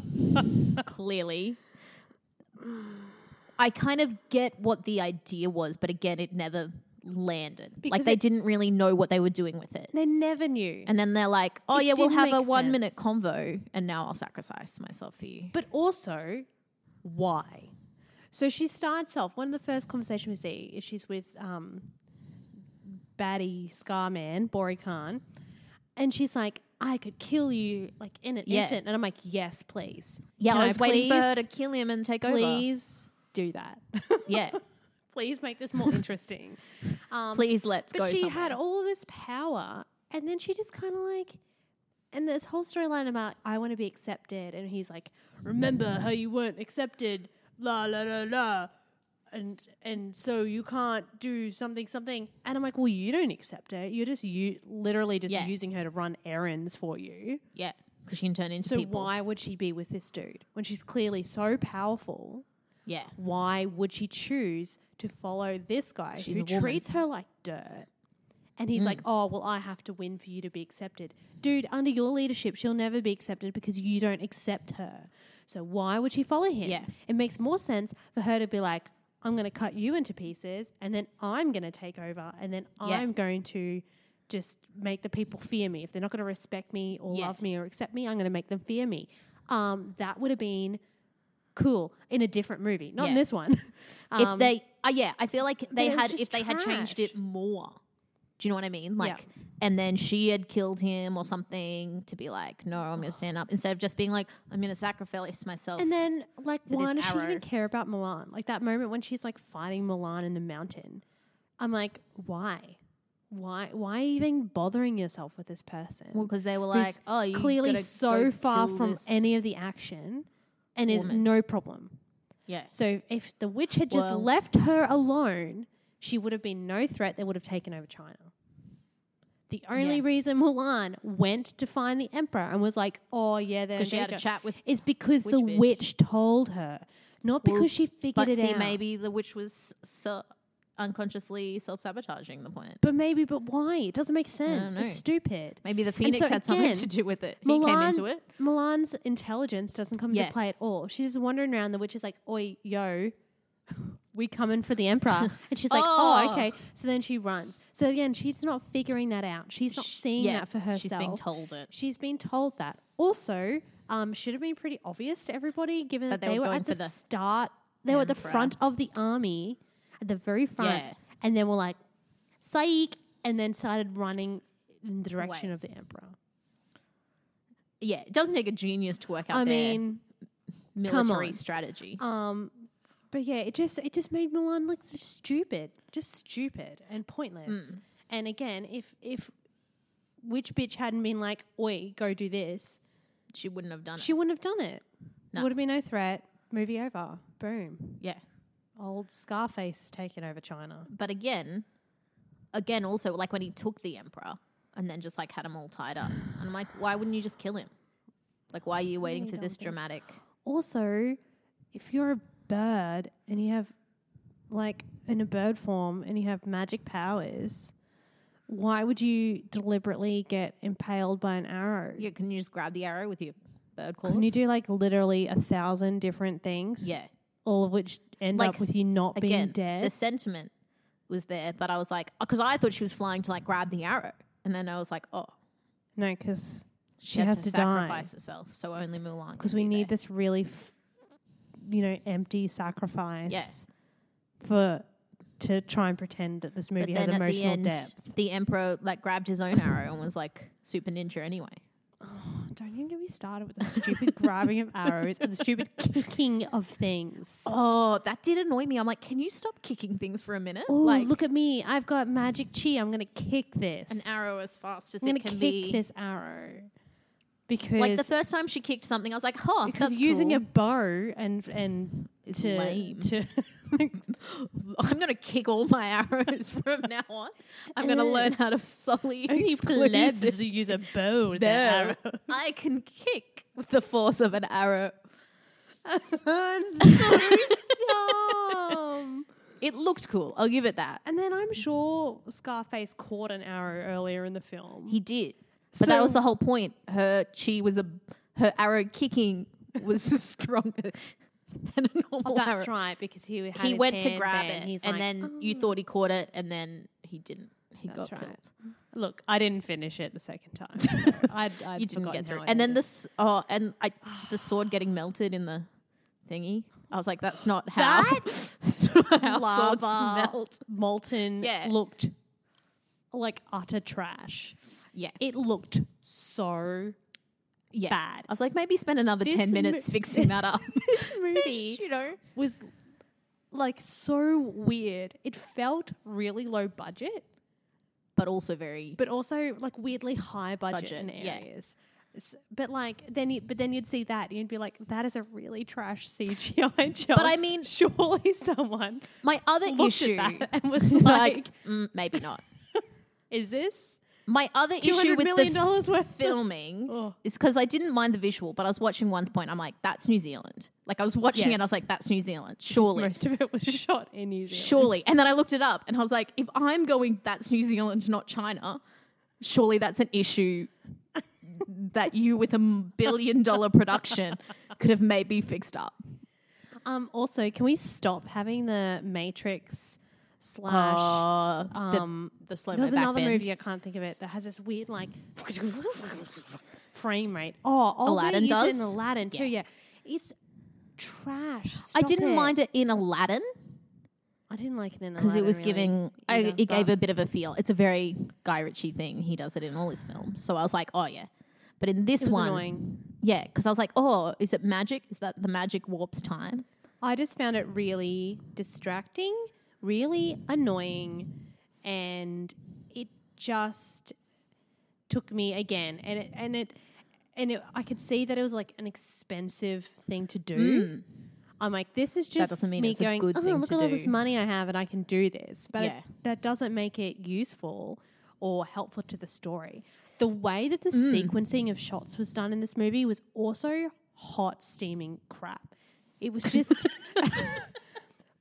Speaker 4: Clearly. I kind of get what the idea was, but again, it never landed. like
Speaker 3: Because
Speaker 4: they
Speaker 3: it-
Speaker 4: didn't really know what they were doing with it.
Speaker 3: they never knew.
Speaker 4: And then they're like, oh,
Speaker 3: It
Speaker 4: yeah, we'll
Speaker 3: didn't
Speaker 4: have a
Speaker 3: make
Speaker 4: one minute
Speaker 3: sense.
Speaker 4: convo and now I'll sacrifice myself for you.
Speaker 3: but also why? So she starts off. One of the first conversations we see is she's with um, baddie Scarman Bori Khan, and she's like, "I could kill you like in an
Speaker 4: Yeah.
Speaker 3: instant," and I'm like, "Yes, please."
Speaker 4: yeah,
Speaker 3: Can
Speaker 4: I was waiting for her to
Speaker 3: please-
Speaker 4: kill him and take
Speaker 3: please do that. [laughs]
Speaker 4: over. Yeah,
Speaker 3: please make this more interesting. Um,
Speaker 4: please let's go.
Speaker 3: but she
Speaker 4: somewhere.
Speaker 3: had all this power, and then she just kind of like, and this whole storyline about I want to be accepted, and he's like, remember how you weren't accepted, la la la la, and and so you can't do something something, and I'm like, well, you don't accept her. You're just you literally just
Speaker 4: Yeah.
Speaker 3: using her to run errands for you.
Speaker 4: yeah, because she can turn into
Speaker 3: So
Speaker 4: people.
Speaker 3: why would she be with this dude when she's clearly so powerful?
Speaker 4: Yeah,
Speaker 3: why would she choose to follow this guy
Speaker 4: She's
Speaker 3: who
Speaker 4: a woman. Mm.
Speaker 3: treats her like dirt? And he's like, oh, well, I have to win for you to be accepted. Dude, under your leadership, she'll never be accepted because you don't accept her. So why would she follow him?
Speaker 4: Yeah.
Speaker 3: It makes more sense for her to be like, I'm going to cut you into pieces and then I'm going to take over and then
Speaker 4: Yeah.
Speaker 3: I'm going to just make the people fear me. If they're not going to respect me or
Speaker 4: Yeah.
Speaker 3: love me or accept me, I'm going to make them fear me. Um, that would have been cool in a different movie, not in
Speaker 4: Yeah.
Speaker 3: this one.
Speaker 4: [laughs] if they, uh, yeah, I feel like they
Speaker 3: um, it was
Speaker 4: had
Speaker 3: just
Speaker 4: if they had changed
Speaker 3: trash.
Speaker 4: it more. Do you know what I mean?
Speaker 3: Yeah.
Speaker 4: Like, and then she had killed him or something to be like, no, I'm gonna stand up instead of just being like, I'm gonna sacrifice myself.
Speaker 3: and then, like,
Speaker 4: this
Speaker 3: why does she
Speaker 4: arrow.
Speaker 3: even care about Milan? Like that moment when she's like fighting Milan in the mountain. I'm like, why? Why? Why even bothering yourself with this person?
Speaker 4: because they were
Speaker 3: who's
Speaker 4: like, oh, you
Speaker 3: clearly
Speaker 4: gotta
Speaker 3: so
Speaker 4: go
Speaker 3: far
Speaker 4: kill
Speaker 3: from
Speaker 4: this-
Speaker 3: any of the action, and is
Speaker 4: woman."
Speaker 3: no problem.
Speaker 4: yeah,
Speaker 3: So if the witch had just
Speaker 4: Well-
Speaker 3: left her alone, she would have been no threat. They would have taken over China. The only
Speaker 4: Yeah.
Speaker 3: reason Mulan went to find the emperor and was like, "Oh yeah, they're in
Speaker 4: because she had a
Speaker 3: danger,"
Speaker 4: chat with
Speaker 3: is because the
Speaker 4: witch bitch.
Speaker 3: witch told her, not
Speaker 4: Well,
Speaker 3: because she figured
Speaker 4: But
Speaker 3: it
Speaker 4: see,
Speaker 3: out.
Speaker 4: maybe the witch was so unconsciously self sabotaging the plant.
Speaker 3: but maybe, but why? It doesn't make sense.
Speaker 4: know.
Speaker 3: It's stupid.
Speaker 4: Maybe the phoenix
Speaker 3: so
Speaker 4: had something
Speaker 3: again,
Speaker 4: to do with it. he came
Speaker 3: Milan-
Speaker 4: into it.
Speaker 3: Milan's intelligence doesn't come
Speaker 4: Yeah.
Speaker 3: into play at all. She's just wandering around. The witch is like, "Oi, yo, [laughs] we coming for the emperor,"
Speaker 4: [laughs]
Speaker 3: and she's like, oh.
Speaker 4: Oh.
Speaker 3: okay." So then she runs. So again, she's not figuring that out. She's not seeing that for herself.
Speaker 4: She's being told it.
Speaker 3: She's been told that. Also, um, should have been pretty obvious to everybody, given
Speaker 4: That
Speaker 3: that,
Speaker 4: they
Speaker 3: they,
Speaker 4: were
Speaker 3: were,
Speaker 4: going
Speaker 3: at
Speaker 4: for
Speaker 3: the,
Speaker 4: the
Speaker 3: start. They were at the
Speaker 4: emperor.
Speaker 3: front of the army, at the very front,
Speaker 4: Yeah.
Speaker 3: and then were like, "Psych," and then started running in the direction
Speaker 4: Way.
Speaker 3: of the emperor.
Speaker 4: Yeah, it doesn't take a genius to work out
Speaker 3: I
Speaker 4: their
Speaker 3: mean.
Speaker 4: military
Speaker 3: on.
Speaker 4: strategy.
Speaker 3: Um, but yeah, it just it just made Milan look just stupid, just stupid and pointless. And again, if if which bitch hadn't been like, "Oi, go do this,"
Speaker 4: She wouldn't have done
Speaker 3: she
Speaker 4: it.
Speaker 3: wouldn't have done it.
Speaker 4: No.
Speaker 3: Would have been no threat. Movie over. Boom.
Speaker 4: Yeah.
Speaker 3: Old Scarface is taking over China.
Speaker 4: But again, again, also, like when he took the emperor and then just like had him all tied up. And I'm like, why wouldn't you just kill him? Like, why are you waiting
Speaker 3: many
Speaker 4: for
Speaker 3: dumb
Speaker 4: this
Speaker 3: things.
Speaker 4: dramatic?
Speaker 3: Also, if you're a bird and you have like in a bird form and you have magic powers, why would you deliberately get impaled by an arrow?
Speaker 4: Yeah, can you just grab the arrow with your bird claws?
Speaker 3: Can you do like literally a thousand different things?
Speaker 4: Yeah.
Speaker 3: All of which end
Speaker 4: Like,
Speaker 3: up with you not being
Speaker 4: Again,
Speaker 3: dead.
Speaker 4: the sentiment was there, but I was like, because I thought she was flying to like grab the arrow, and then I was like, oh,
Speaker 3: no, because she,
Speaker 4: had
Speaker 3: has to, die.
Speaker 4: sacrifice herself. So only Mulan.
Speaker 3: Because
Speaker 4: can
Speaker 3: we
Speaker 4: be
Speaker 3: need
Speaker 4: there.
Speaker 3: this really, f- you know, empty sacrifice for to try and pretend that this movie has
Speaker 4: at
Speaker 3: emotional
Speaker 4: the end,
Speaker 3: depth.
Speaker 4: The emperor like grabbed his own arrow and was like super ninja anyway.
Speaker 3: oh, Don't even get me started with the stupid grabbing of arrows and the stupid [laughs] kicking of things.
Speaker 4: Oh, that did annoy me. I'm like, can you stop kicking things for a minute?
Speaker 3: Oh,
Speaker 4: like
Speaker 3: look at me! I've got magic chi. I'm gonna kick this.
Speaker 4: an arrow as fast as
Speaker 3: I'm gonna
Speaker 4: it can
Speaker 3: kick
Speaker 4: be.
Speaker 3: this arrow because
Speaker 4: Like the first time she kicked something, I was like, huh,
Speaker 3: because
Speaker 4: that's
Speaker 3: using
Speaker 4: cool.
Speaker 3: a bow and and
Speaker 4: It's
Speaker 3: to
Speaker 4: lame. [laughs]
Speaker 3: to
Speaker 4: I'm gonna kick all my [laughs] arrows from now on. I'm gonna learn how to
Speaker 3: [laughs]
Speaker 4: solely
Speaker 3: only plebs [laughs]
Speaker 4: exclusive
Speaker 3: who use a bow with
Speaker 4: bow.
Speaker 3: their
Speaker 4: I can kick with the force of an arrow.
Speaker 3: arrow. [laughs]
Speaker 4: [laughs] It looked cool. I'll give it that.
Speaker 3: and then I'm sure Scarface caught an arrow earlier in the film.
Speaker 4: He did, but that was
Speaker 3: So-
Speaker 4: the whole point. Her she was a her arrow kicking was [laughs] stronger than a normal arrow.
Speaker 3: Oh, right, because he had
Speaker 4: He
Speaker 3: his
Speaker 4: went to
Speaker 3: hand
Speaker 4: grab
Speaker 3: there
Speaker 4: it,
Speaker 3: he's
Speaker 4: and
Speaker 3: like, "Oh."
Speaker 4: then you thought he caught it, and then he didn't. He
Speaker 3: That's
Speaker 4: got
Speaker 3: right.
Speaker 4: killed.
Speaker 3: Look, I didn't finish it the second time.
Speaker 4: [laughs]
Speaker 3: so I'd, I'd
Speaker 4: you didn't
Speaker 3: forgotten
Speaker 4: get through.
Speaker 3: how
Speaker 4: it.
Speaker 3: I
Speaker 4: And then
Speaker 3: ended.
Speaker 4: this, oh, and
Speaker 3: [sighs]
Speaker 4: I, the sword getting melted in the thingy. I was like, that's not how, [laughs] that's not how swords
Speaker 3: [laughs] Lava.
Speaker 4: melt.
Speaker 3: molten
Speaker 4: Yeah.
Speaker 3: looked like utter trash.
Speaker 4: Yeah,
Speaker 3: It looked so
Speaker 4: yeah.
Speaker 3: bad.
Speaker 4: [laughs] I was like, maybe spend another
Speaker 3: This
Speaker 4: ten
Speaker 3: mo-
Speaker 4: minutes fixing
Speaker 3: [laughs]
Speaker 4: that up.
Speaker 3: This movie
Speaker 4: you know,
Speaker 3: was like so weird. It felt really low budget,
Speaker 4: but also very.
Speaker 3: but also like weirdly high budget,
Speaker 4: Budget,
Speaker 3: in
Speaker 4: yeah.
Speaker 3: areas. S- But like then, you, but then you'd see that and you'd be like, "That is a really trash CGI [laughs] job."
Speaker 4: I mean-
Speaker 3: surely someone
Speaker 4: My other
Speaker 3: looked
Speaker 4: issue,
Speaker 3: at that
Speaker 4: [laughs]
Speaker 3: and was [laughs] like,
Speaker 4: like, mm, maybe not.
Speaker 3: "Is this
Speaker 4: My
Speaker 3: [laughs]
Speaker 4: other
Speaker 3: two
Speaker 4: issue
Speaker 3: hundred
Speaker 4: with
Speaker 3: million
Speaker 4: the
Speaker 3: dollars worth?"
Speaker 4: [laughs] filming
Speaker 3: Oh.
Speaker 4: is because I didn't mind the visual, but I was watching one point. I'm like, that's New Zealand. Like I was watching it, and I was
Speaker 3: Yes.
Speaker 4: like, that's New Zealand.
Speaker 3: Because [laughs]
Speaker 4: Surely,
Speaker 3: most of it was shot in
Speaker 4: [laughs]
Speaker 3: New Zealand.
Speaker 4: surely. And then I looked it up and I was like, if I'm going, that's New Zealand, not China, surely that's an issue that you with a m- billion dollar
Speaker 3: [laughs]
Speaker 4: production could have maybe fixed up.
Speaker 3: Um, also, can we stop having the Matrix slash?
Speaker 4: Uh,
Speaker 3: um,
Speaker 4: the, the slow
Speaker 3: There's
Speaker 4: back
Speaker 3: another
Speaker 4: bend.
Speaker 3: movie uh, I can't think of it that has this weird like [laughs] frame rate. Oh, oh
Speaker 4: Aladdin
Speaker 3: wait, is it in
Speaker 4: does?
Speaker 3: Aladdin too. Yeah, it's trash.
Speaker 4: I
Speaker 3: Stop
Speaker 4: didn't
Speaker 3: it.
Speaker 4: mind it in Aladdin
Speaker 3: I didn't like it in
Speaker 4: because it was
Speaker 3: really.
Speaker 4: giving, I,
Speaker 3: either,
Speaker 4: it gave
Speaker 3: but-
Speaker 4: a bit of a feel. It's a very Guy Ritchie thing. He does it in all his films. So I was like, oh yeah. But in this
Speaker 3: It was
Speaker 4: one,
Speaker 3: annoying.
Speaker 4: yeah, because I was like, oh, is it magic? Is that the magic warps time?
Speaker 3: I just found it really distracting, really annoying, and it just took me again. And it and it and it, I could see that it was like an expensive thing to do. I'm like, this is just
Speaker 4: Hmm. doesn't mean
Speaker 3: me
Speaker 4: it's a
Speaker 3: going.
Speaker 4: good
Speaker 3: oh,
Speaker 4: thing
Speaker 3: look
Speaker 4: to
Speaker 3: at all this
Speaker 4: do."
Speaker 3: money I have, and I can do this. But
Speaker 4: Mm. Yeah.
Speaker 3: it, that doesn't make it useful or helpful to the story. The way that the
Speaker 4: Mm.
Speaker 3: sequencing of shots was done in this movie was also hot steaming crap. It was
Speaker 4: [laughs]
Speaker 3: just [laughs]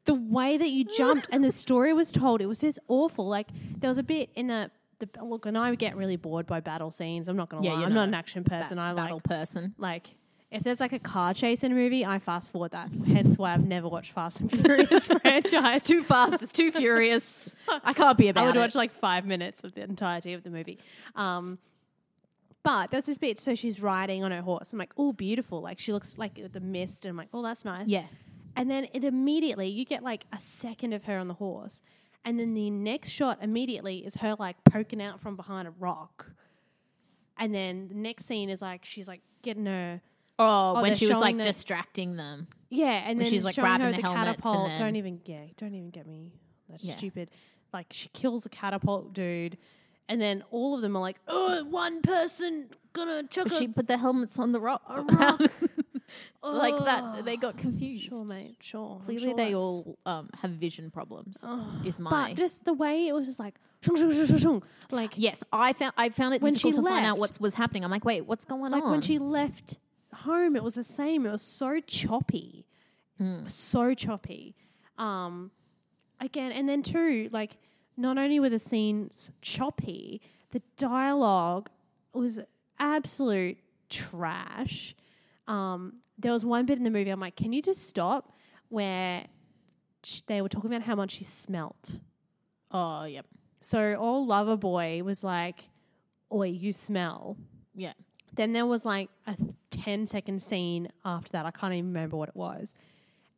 Speaker 3: the way that you jumped and the story was told. It was just awful. Like there was a bit in the, the look, and I get really bored by battle scenes. I'm not gonna
Speaker 4: Yeah,
Speaker 3: lie.
Speaker 4: you're
Speaker 3: I'm
Speaker 4: not
Speaker 3: not an action person. I like
Speaker 4: Battle person.
Speaker 3: like if there's like a car chase in a movie, I fast forward that. Hence why I've never watched Fast and [laughs]
Speaker 4: [laughs]
Speaker 3: Furious franchise.
Speaker 4: too fast. It's too furious. [laughs] I can't be about
Speaker 3: I would
Speaker 4: it.
Speaker 3: watch like five minutes of the entirety of the movie. Um, but there's this bit, so she's riding on her horse. I'm like, oh, beautiful. Like she looks like the mist. And I'm like, oh, that's nice.
Speaker 4: Yeah.
Speaker 3: And then it immediately, you get like a second of her on the horse. And then the next shot immediately is her like poking out from behind a rock. And then the next scene is like, she's like getting her
Speaker 4: oh,
Speaker 3: they're
Speaker 4: when she was
Speaker 3: showing
Speaker 4: like
Speaker 3: the-
Speaker 4: distracting them.
Speaker 3: yeah, and
Speaker 4: Where
Speaker 3: then
Speaker 4: she's, like,
Speaker 3: showing
Speaker 4: grabbing
Speaker 3: her the,
Speaker 4: the helmets and
Speaker 3: catapult.
Speaker 4: then-
Speaker 3: Don't even yeah, don't even get me. That's
Speaker 4: Yeah.
Speaker 3: stupid. Like she kills the catapult dude, and then all of them are like, "Oh, one person gonna chuck
Speaker 4: But she
Speaker 3: a,
Speaker 4: put the helmets on the rock.
Speaker 3: a rock."
Speaker 4: [laughs] like
Speaker 3: Oh.
Speaker 4: that. They got confused.
Speaker 3: Sure, mate. Sure. I'm
Speaker 4: Clearly,
Speaker 3: sure
Speaker 4: they
Speaker 3: that's-
Speaker 4: all um, have vision problems.
Speaker 3: Oh,
Speaker 4: is my
Speaker 3: But just the way it was, just like, shung, shung, shung, shung, shung. like,
Speaker 4: yes. I found I found it
Speaker 3: When
Speaker 4: difficult
Speaker 3: she
Speaker 4: to find out
Speaker 3: left-
Speaker 4: what's was happening. I'm like, wait, what's going
Speaker 3: like
Speaker 4: on?
Speaker 3: when she left home, it was the same. It was so choppy, so choppy. Um, again, and then two, like not only were the scenes choppy, the dialogue was absolute trash. Um, there was one bit in the movie I'm like, can you just stop? Where sh- they were talking about how much she smelt.
Speaker 4: Oh, yep.
Speaker 3: So all lover boy was like, "Oi, you smell."
Speaker 4: Yeah.
Speaker 3: Then there was like a 10 second scene after that. I can't even remember what it was.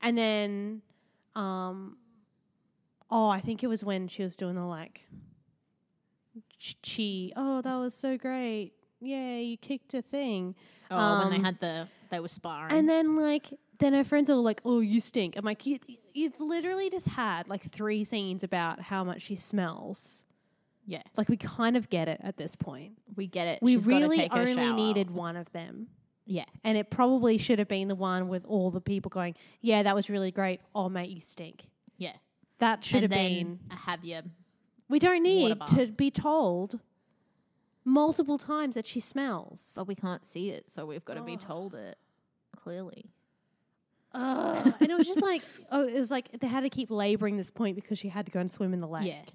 Speaker 3: And then, um, oh, I think it was when she was doing the like, ch- chi, oh, that was so great. Yay, you kicked a thing.
Speaker 4: Oh, when
Speaker 3: Um,
Speaker 4: they had the, they were sparring.
Speaker 3: And then, like, then her friends are like, oh, you stink. I'm like, you, you've literally just had like three scenes about how much she smells.
Speaker 4: yeah,
Speaker 3: Like, we kind of get it at this point.
Speaker 4: we get it.
Speaker 3: We
Speaker 4: She's gotta
Speaker 3: really
Speaker 4: take her
Speaker 3: only
Speaker 4: shower.
Speaker 3: needed one of them.
Speaker 4: Yeah.
Speaker 3: And it probably should have been the one with all the people going, yeah, that was really great. Oh, mate, you stink.
Speaker 4: Yeah.
Speaker 3: That should
Speaker 4: and
Speaker 3: have
Speaker 4: then
Speaker 3: been.
Speaker 4: a have you.
Speaker 3: We don't need
Speaker 4: bar.
Speaker 3: to be told multiple times that she smells.
Speaker 4: But we can't see it, so we've got to be told it clearly.
Speaker 3: Ugh. [laughs] and it was just like, oh, it was like they had to keep laboring this point because she had to go and swim in the lake.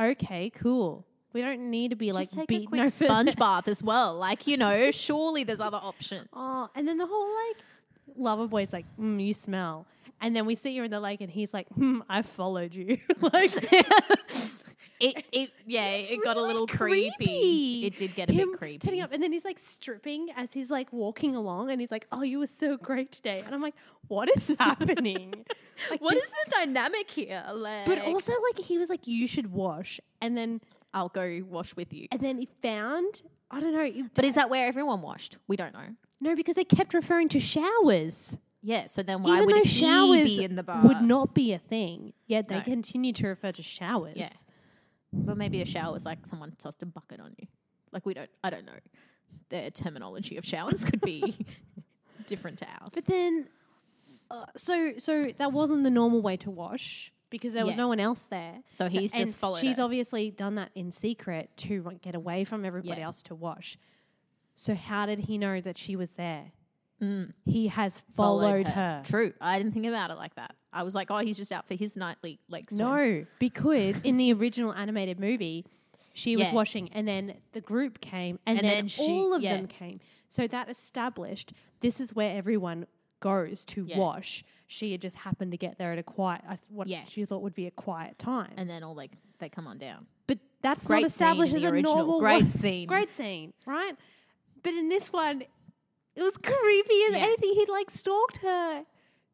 Speaker 3: Okay, cool. We don't need to be like
Speaker 4: Just take a
Speaker 3: beaten
Speaker 4: quick
Speaker 3: over the [laughs]
Speaker 4: sponge bath as well. Like, you [laughs] know, surely there's other options.
Speaker 3: Oh, and then the whole like lover boy's like, mm, you smell. And then we see her in the lake and he's like, hmm, I followed you. [laughs] like
Speaker 4: It, it yeah, it
Speaker 3: it's
Speaker 4: got a
Speaker 3: really
Speaker 4: little creepy. It did get a
Speaker 3: Him
Speaker 4: bit creepy.
Speaker 3: Putting up and then he's like stripping as he's like walking along and he's like, Oh, you were so great today. And I'm like, What
Speaker 4: [laughs]
Speaker 3: is happening? Like,
Speaker 4: What
Speaker 3: this-
Speaker 4: is the dynamic here? Like,
Speaker 3: But also like he was like, You should wash and then
Speaker 4: I'll go wash with you.
Speaker 3: and then he found I don't know. it-
Speaker 4: But is that where everyone washed? We don't know.
Speaker 3: no, because they kept referring to showers.
Speaker 4: Yeah, so then why
Speaker 3: Even
Speaker 4: would
Speaker 3: though
Speaker 4: he
Speaker 3: showers
Speaker 4: be in the bar?
Speaker 3: would not be a thing. Yet they
Speaker 4: No.
Speaker 3: continue to refer to showers.
Speaker 4: Yeah. But maybe a shower was like someone tossed a bucket on you. Like we don't, I don't know. Their terminology of showers could be [laughs] different to ours.
Speaker 3: But then, uh, so so that wasn't the normal way to wash because there was
Speaker 4: Yeah.
Speaker 3: no one else there.
Speaker 4: So he's just
Speaker 3: and
Speaker 4: followed
Speaker 3: She's
Speaker 4: it.
Speaker 3: obviously done that in secret to like, get away from everybody
Speaker 4: Yeah.
Speaker 3: else to wash. So how did he know that she was there?
Speaker 4: Mm.
Speaker 3: He has followed, her.
Speaker 4: True. I didn't think about it like that. I was like, oh, he's just out for his nightly like swim.
Speaker 3: No, because in the original animated movie, she was
Speaker 4: Yeah.
Speaker 3: washing, and then the group came, and,
Speaker 4: And
Speaker 3: then,
Speaker 4: then she-
Speaker 3: all of
Speaker 4: yeah.
Speaker 3: them came. So that established this is where everyone goes to
Speaker 4: Yeah.
Speaker 3: wash. She had just happened to get there at a quiet, I th- what
Speaker 4: Yeah.
Speaker 3: she thought would be a quiet time.
Speaker 4: And then all like they come on down.
Speaker 3: but that's
Speaker 4: Great
Speaker 3: not
Speaker 4: scene
Speaker 3: established
Speaker 4: in
Speaker 3: as
Speaker 4: the
Speaker 3: a
Speaker 4: original.
Speaker 3: normal
Speaker 4: Great
Speaker 3: wa-
Speaker 4: scene.
Speaker 3: Great scene, right? But in this one, it was creepy as
Speaker 4: Yeah.
Speaker 3: anything. He'd like stalked her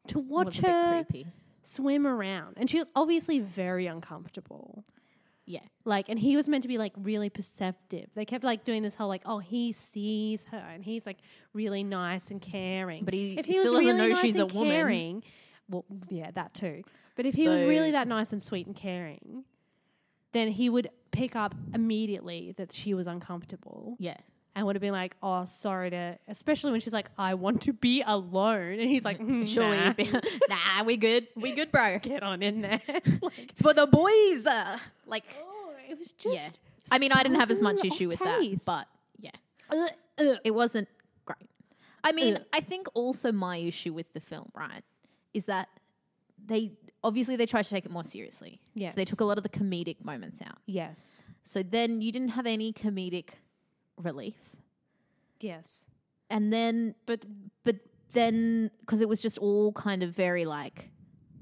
Speaker 3: to
Speaker 4: It
Speaker 3: watch
Speaker 4: was a
Speaker 3: her
Speaker 4: bit creepy.
Speaker 3: swim around, and she was obviously very uncomfortable.
Speaker 4: Yeah.
Speaker 3: Like, and he was meant to be like really perceptive. They kept like doing this whole like, oh, he sees her and he's like really nice and caring.
Speaker 4: But he still doesn't know she's a woman.
Speaker 3: caring, well, yeah, that too. But if he was really
Speaker 4: So-
Speaker 3: that nice and sweet and caring, then he would pick up immediately that she was uncomfortable
Speaker 4: Yeah.
Speaker 3: and would have been like, oh, sorry to, especially when she's like, I want to be alone. And he's like, mm,
Speaker 4: Surely,
Speaker 3: nah,
Speaker 4: nah. [laughs] nah, we good. We good, bro.
Speaker 3: [laughs] get on in there. [laughs] like,
Speaker 4: It's for the boys. uh, like,
Speaker 3: oh, it was just.
Speaker 4: yeah. I mean, I didn't have as much
Speaker 3: so
Speaker 4: issue with
Speaker 3: off
Speaker 4: that,
Speaker 3: taste. Uh,
Speaker 4: but yeah,
Speaker 3: Ugh, ugh.
Speaker 4: it wasn't great. I mean,
Speaker 3: Ugh.
Speaker 4: I think also my issue with the film, right, is that they obviously they tried to take it more seriously. So they
Speaker 3: Yes.
Speaker 4: took a lot of the comedic moments out.
Speaker 3: Yes.
Speaker 4: So then you didn't have any comedic relief.
Speaker 3: Yes.
Speaker 4: And then but but then cuz it was just all kind of very like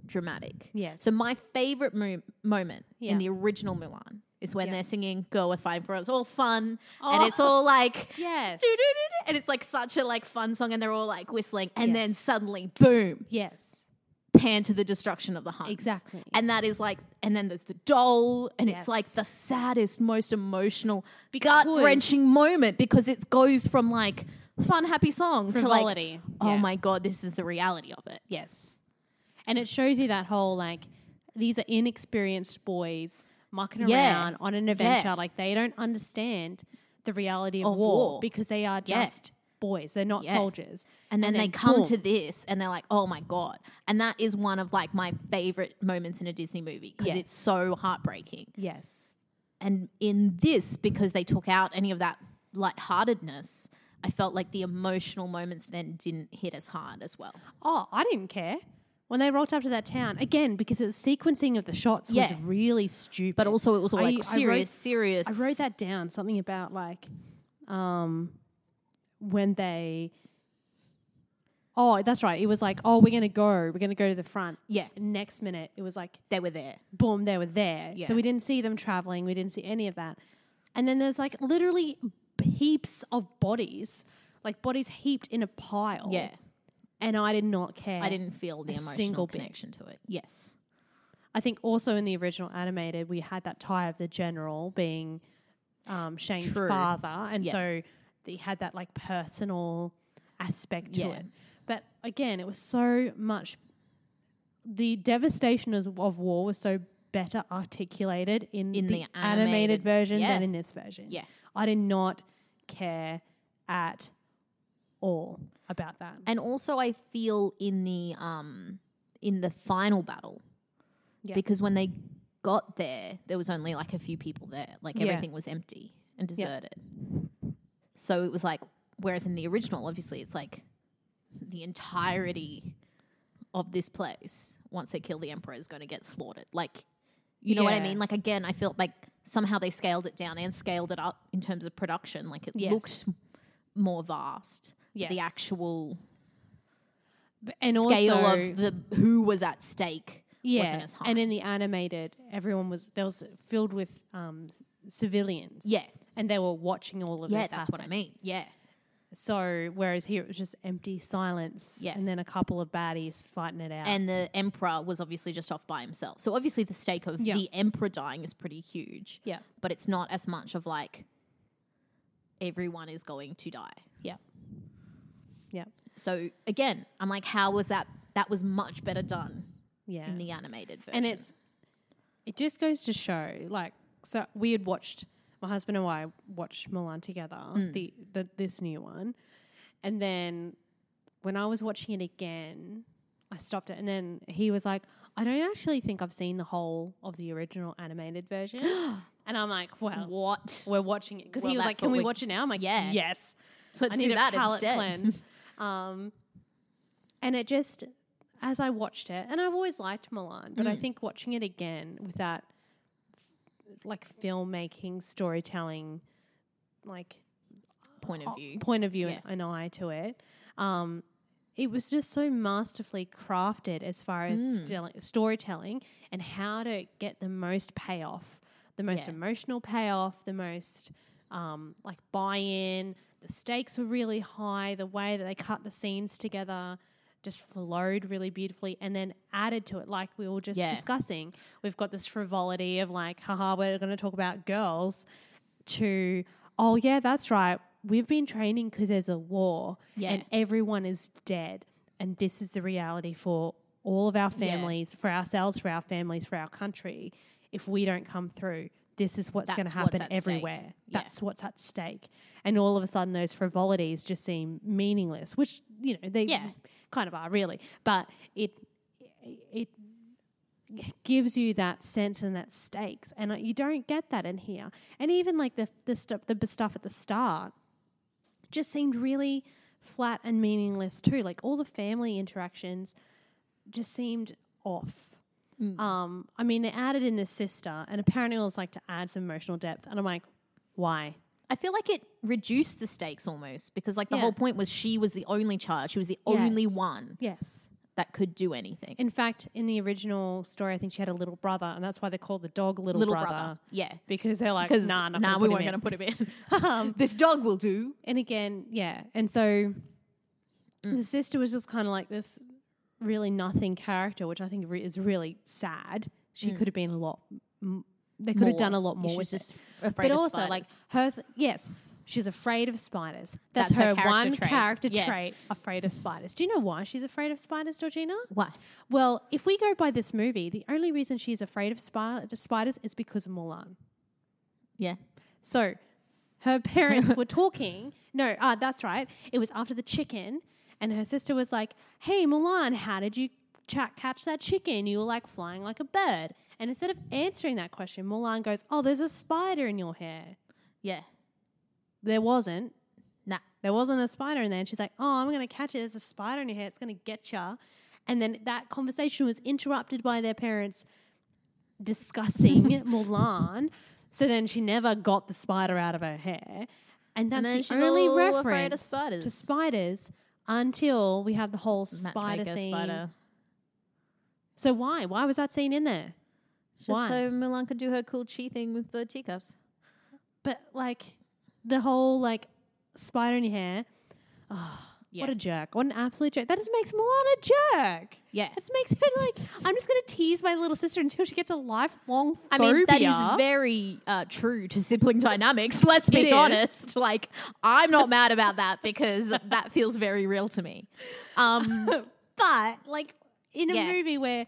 Speaker 4: dramatic.
Speaker 3: Yes.
Speaker 4: So my favorite mo- moment
Speaker 3: Yeah.
Speaker 4: in the original Mulan is when
Speaker 3: Yeah.
Speaker 4: they're singing "Girl, We're Fighting for." It. It's all fun
Speaker 3: Oh.
Speaker 4: and it's all like
Speaker 3: [laughs]
Speaker 4: [laughs]
Speaker 3: Yes.
Speaker 4: "Doo-doo-doo-doo," and it's like such a like fun song, and they're all like whistling, and then
Speaker 3: Yes.
Speaker 4: suddenly, boom,
Speaker 3: Yes.
Speaker 4: pan to the destruction of the Huns.
Speaker 3: Exactly.
Speaker 4: and that is like, and then there's the doll, and it's like
Speaker 3: Yes.
Speaker 4: the saddest, most emotional, gut wrenching moment because it goes from like fun, happy song
Speaker 3: Frivolity.
Speaker 4: to like, oh
Speaker 3: Yeah.
Speaker 4: my god, this is the reality of it.
Speaker 3: Yes. And it shows you that whole like these are inexperienced boys mucking
Speaker 4: Yeah.
Speaker 3: around on an adventure. Like they don't understand the reality of
Speaker 4: Of
Speaker 3: war,
Speaker 4: war.
Speaker 3: because they are
Speaker 4: Yeah.
Speaker 3: just boys. They're not
Speaker 4: Yeah.
Speaker 3: soldiers.
Speaker 4: And then, they come
Speaker 3: boom.
Speaker 4: to this and they're like, oh my God. And that is one of like my favorite moments in a Disney movie because
Speaker 3: Yes.
Speaker 4: it's so heartbreaking.
Speaker 3: Yes.
Speaker 4: And in this, because they took out any of that lightheartedness, I felt like the emotional moments then didn't hit as hard as well.
Speaker 3: Oh, I didn't care. when they rocked up to that town again because the sequencing of the shots
Speaker 4: Yeah.
Speaker 3: was really stupid.
Speaker 4: But also, it was all
Speaker 3: I-
Speaker 4: like
Speaker 3: I wrote-
Speaker 4: serious, serious.
Speaker 3: I wrote that down. Something about like um, when they. Oh, that's right. It was like, oh, we're gonna go. We're gonna go to the front.
Speaker 4: Yeah,
Speaker 3: Next minute, it was like,
Speaker 4: they were there.
Speaker 3: boom, they were there.
Speaker 4: Yeah.
Speaker 3: So we didn't see them traveling. We didn't see any of that. And then there's like literally heaps of bodies, like bodies heaped in a pile.
Speaker 4: Yeah,
Speaker 3: And I did not care.
Speaker 4: I didn't feel the
Speaker 3: A
Speaker 4: emotional
Speaker 3: single bit.
Speaker 4: connection to it. Yes,
Speaker 3: I think also in the original animated, we had that tie of the general being um, Shane's
Speaker 4: True.
Speaker 3: father, and
Speaker 4: Yeah.
Speaker 3: so they had that like personal aspect to
Speaker 4: Yeah.
Speaker 3: it. But again, it was so much. The devastation as- of war was so better articulated in,
Speaker 4: In
Speaker 3: the,
Speaker 4: the
Speaker 3: animated,
Speaker 4: animated-
Speaker 3: version
Speaker 4: yeah.
Speaker 3: than in this version.
Speaker 4: Yeah.
Speaker 3: I did not care at all about that.
Speaker 4: and also I feel in the um in the final battle
Speaker 3: Yeah.
Speaker 4: because when they got there, there was only like a few people there. Like
Speaker 3: Yeah.
Speaker 4: everything was empty and deserted. So it was like, whereas in the original, obviously, it's like the entirety of this place. Once they kill the emperor, is going to get slaughtered. Like, you know what I
Speaker 3: Yeah.
Speaker 4: mean? Like again, I feel like somehow they scaled it down and scaled it up in terms of production. Like it
Speaker 3: Yes.
Speaker 4: looked more vast. but The
Speaker 3: Yes.
Speaker 4: actual
Speaker 3: But- and
Speaker 4: scale
Speaker 3: also,
Speaker 4: of the who was at stake
Speaker 3: yeah,
Speaker 4: wasn't as high.
Speaker 3: And in the animated, everyone was there was filled with um, c- civilians.
Speaker 4: yeah,
Speaker 3: and they were watching all of
Speaker 4: yeah,
Speaker 3: this.
Speaker 4: that's what I mean. Yeah.
Speaker 3: So whereas here it was just empty silence.
Speaker 4: Yeah.
Speaker 3: and then a couple of baddies fighting it out.
Speaker 4: and the emperor was obviously just off by himself. So obviously the stake of
Speaker 3: Yeah.
Speaker 4: the emperor dying is pretty huge,
Speaker 3: yeah,
Speaker 4: but it's not as much of like everyone is going to die.
Speaker 3: yeah, yeah,
Speaker 4: So again, I'm like, how was that? That was much better done
Speaker 3: yeah.
Speaker 4: in the animated
Speaker 3: and
Speaker 4: version.
Speaker 3: it's it just goes to show like so we had watched my husband and I watched Milan together
Speaker 4: Mm.
Speaker 3: the, the this new one and then when I was watching it again I stopped it and then he was like I don't actually think I've seen the whole of the original animated
Speaker 4: [gasps]
Speaker 3: version and I'm like well
Speaker 4: what?
Speaker 3: we're watching it because
Speaker 4: Well,
Speaker 3: he was
Speaker 4: that's
Speaker 3: like can
Speaker 4: what
Speaker 3: we
Speaker 4: we-
Speaker 3: watch it now I'm like
Speaker 4: Yeah.
Speaker 3: yes
Speaker 4: [laughs] Let's
Speaker 3: I need
Speaker 4: do
Speaker 3: a
Speaker 4: that
Speaker 3: palate
Speaker 4: instead.
Speaker 3: cleanse. um, and it just, as I watched it, and I've always liked Milan,
Speaker 4: Mm.
Speaker 3: but I think watching it again with that, f- like filmmaking, storytelling, like
Speaker 4: [laughs] Point of
Speaker 3: o-
Speaker 4: view.
Speaker 3: point of view
Speaker 4: Yeah.
Speaker 3: and an eye to it. Um, it was just so masterfully crafted as far as
Speaker 4: Mm.
Speaker 3: stel- storytelling and how to get the most payoff, the most
Speaker 4: Yeah.
Speaker 3: emotional payoff, the most um, like buy in. The stakes were really high. The way that they cut the scenes together just flowed really beautifully and then added to it like we were just
Speaker 4: Yeah.
Speaker 3: discussing we've got this frivolity of like haha we're going to talk about girls to oh yeah that's right we've been training because there's a war
Speaker 4: Yeah.
Speaker 3: and everyone is dead and this is the reality for all of our families for ourselves for our families for our country if we don't come through this is what's going
Speaker 4: That's
Speaker 3: to
Speaker 4: what's
Speaker 3: happen
Speaker 4: at stake.
Speaker 3: everywhere
Speaker 4: Yeah.
Speaker 3: that's what's at stake and all of a sudden those frivolities just seem meaningless which you know they
Speaker 4: Yeah.
Speaker 3: kind of are really but it it gives you that sense and that stakes and uh, you don't get that in here and even like the the stuff the b- stuff at the start just seemed really flat and meaningless too like all the family interactions just seemed off um i mean they added in this sister and apparently it was like to add some emotional depth and i'm like why
Speaker 4: I feel like it reduced the stakes almost because like the
Speaker 3: Yeah.
Speaker 4: whole point was she was the only child. She was the only
Speaker 3: Yes.
Speaker 4: one
Speaker 3: yes
Speaker 4: that could do anything.
Speaker 3: in fact in the original story i think she had a little brother and that's why they called the dog little,
Speaker 4: Little brother.
Speaker 3: brother,
Speaker 4: Yeah.
Speaker 3: because they're like
Speaker 4: Because
Speaker 3: nah, not
Speaker 4: nah,
Speaker 3: gonna
Speaker 4: we
Speaker 3: put him
Speaker 4: weren't
Speaker 3: in."
Speaker 4: going to put him [laughs] in. Um, this dog will do.
Speaker 3: and again, yeah. And so
Speaker 4: Mm.
Speaker 3: the sister was just kind of like this really nothing character, which I think re- is really sad. She
Speaker 4: Mm.
Speaker 3: could have been a lot. M- they could have done a lot more with this.
Speaker 4: afraid
Speaker 3: But
Speaker 4: of
Speaker 3: also, like
Speaker 4: spiders.
Speaker 3: her, th- yes, she's afraid of spiders. That's,
Speaker 4: That's her
Speaker 3: her,
Speaker 4: character
Speaker 3: one
Speaker 4: trait.
Speaker 3: character
Speaker 4: Yeah.
Speaker 3: trait: afraid of spiders. Do you know why she's afraid of spiders, Georgina?
Speaker 4: What?
Speaker 3: Well, if we go by this movie, the only reason she's afraid of spi- spiders is because of Mulan.
Speaker 4: Yeah.
Speaker 3: So her [laughs] parents were talking. No, ah, that's right. It was after the chicken, and her sister was like, Hey, Milan, how did you cha- catch that chicken? You were like flying like a bird. And instead of answering that question, Milan goes, Oh, there's a spider in your hair.
Speaker 4: Yeah.
Speaker 3: There wasn't.
Speaker 4: Nah.
Speaker 3: There wasn't a spider in there. And she's like, Oh, I'm going to catch it. There's a spider in your hair. It's going to get ya. And then that conversation was interrupted by their parents discussing
Speaker 4: [laughs]
Speaker 3: Mulan. So then she never got the spider out of her hair. And that's
Speaker 4: then
Speaker 3: the
Speaker 4: she's
Speaker 3: only
Speaker 4: all afraid
Speaker 3: reference
Speaker 4: of spiders.
Speaker 3: to spiders until we have the whole spider
Speaker 4: Matchmaker
Speaker 3: scene.
Speaker 4: spider.
Speaker 3: So why? Why was that scene in there?
Speaker 4: Just
Speaker 3: Why?
Speaker 4: so Mulan could do her cool chi thing with the teacups.
Speaker 3: But like the whole like spider in your hair. What a jerk. What an absolute jerk. That just makes Mulan a jerk.
Speaker 4: yeah.
Speaker 3: This makes her like I'm just gonna tease my little sister until she gets a lifelong phobia.
Speaker 4: I mean, that is very uh, true to sibling [laughs] dynamics. Let's
Speaker 3: It
Speaker 4: be
Speaker 3: is.
Speaker 4: honest. [laughs] Like, I'm not mad about that because that feels very real to me.
Speaker 3: [laughs]
Speaker 4: Um,
Speaker 3: but like in a
Speaker 4: Yeah.
Speaker 3: movie where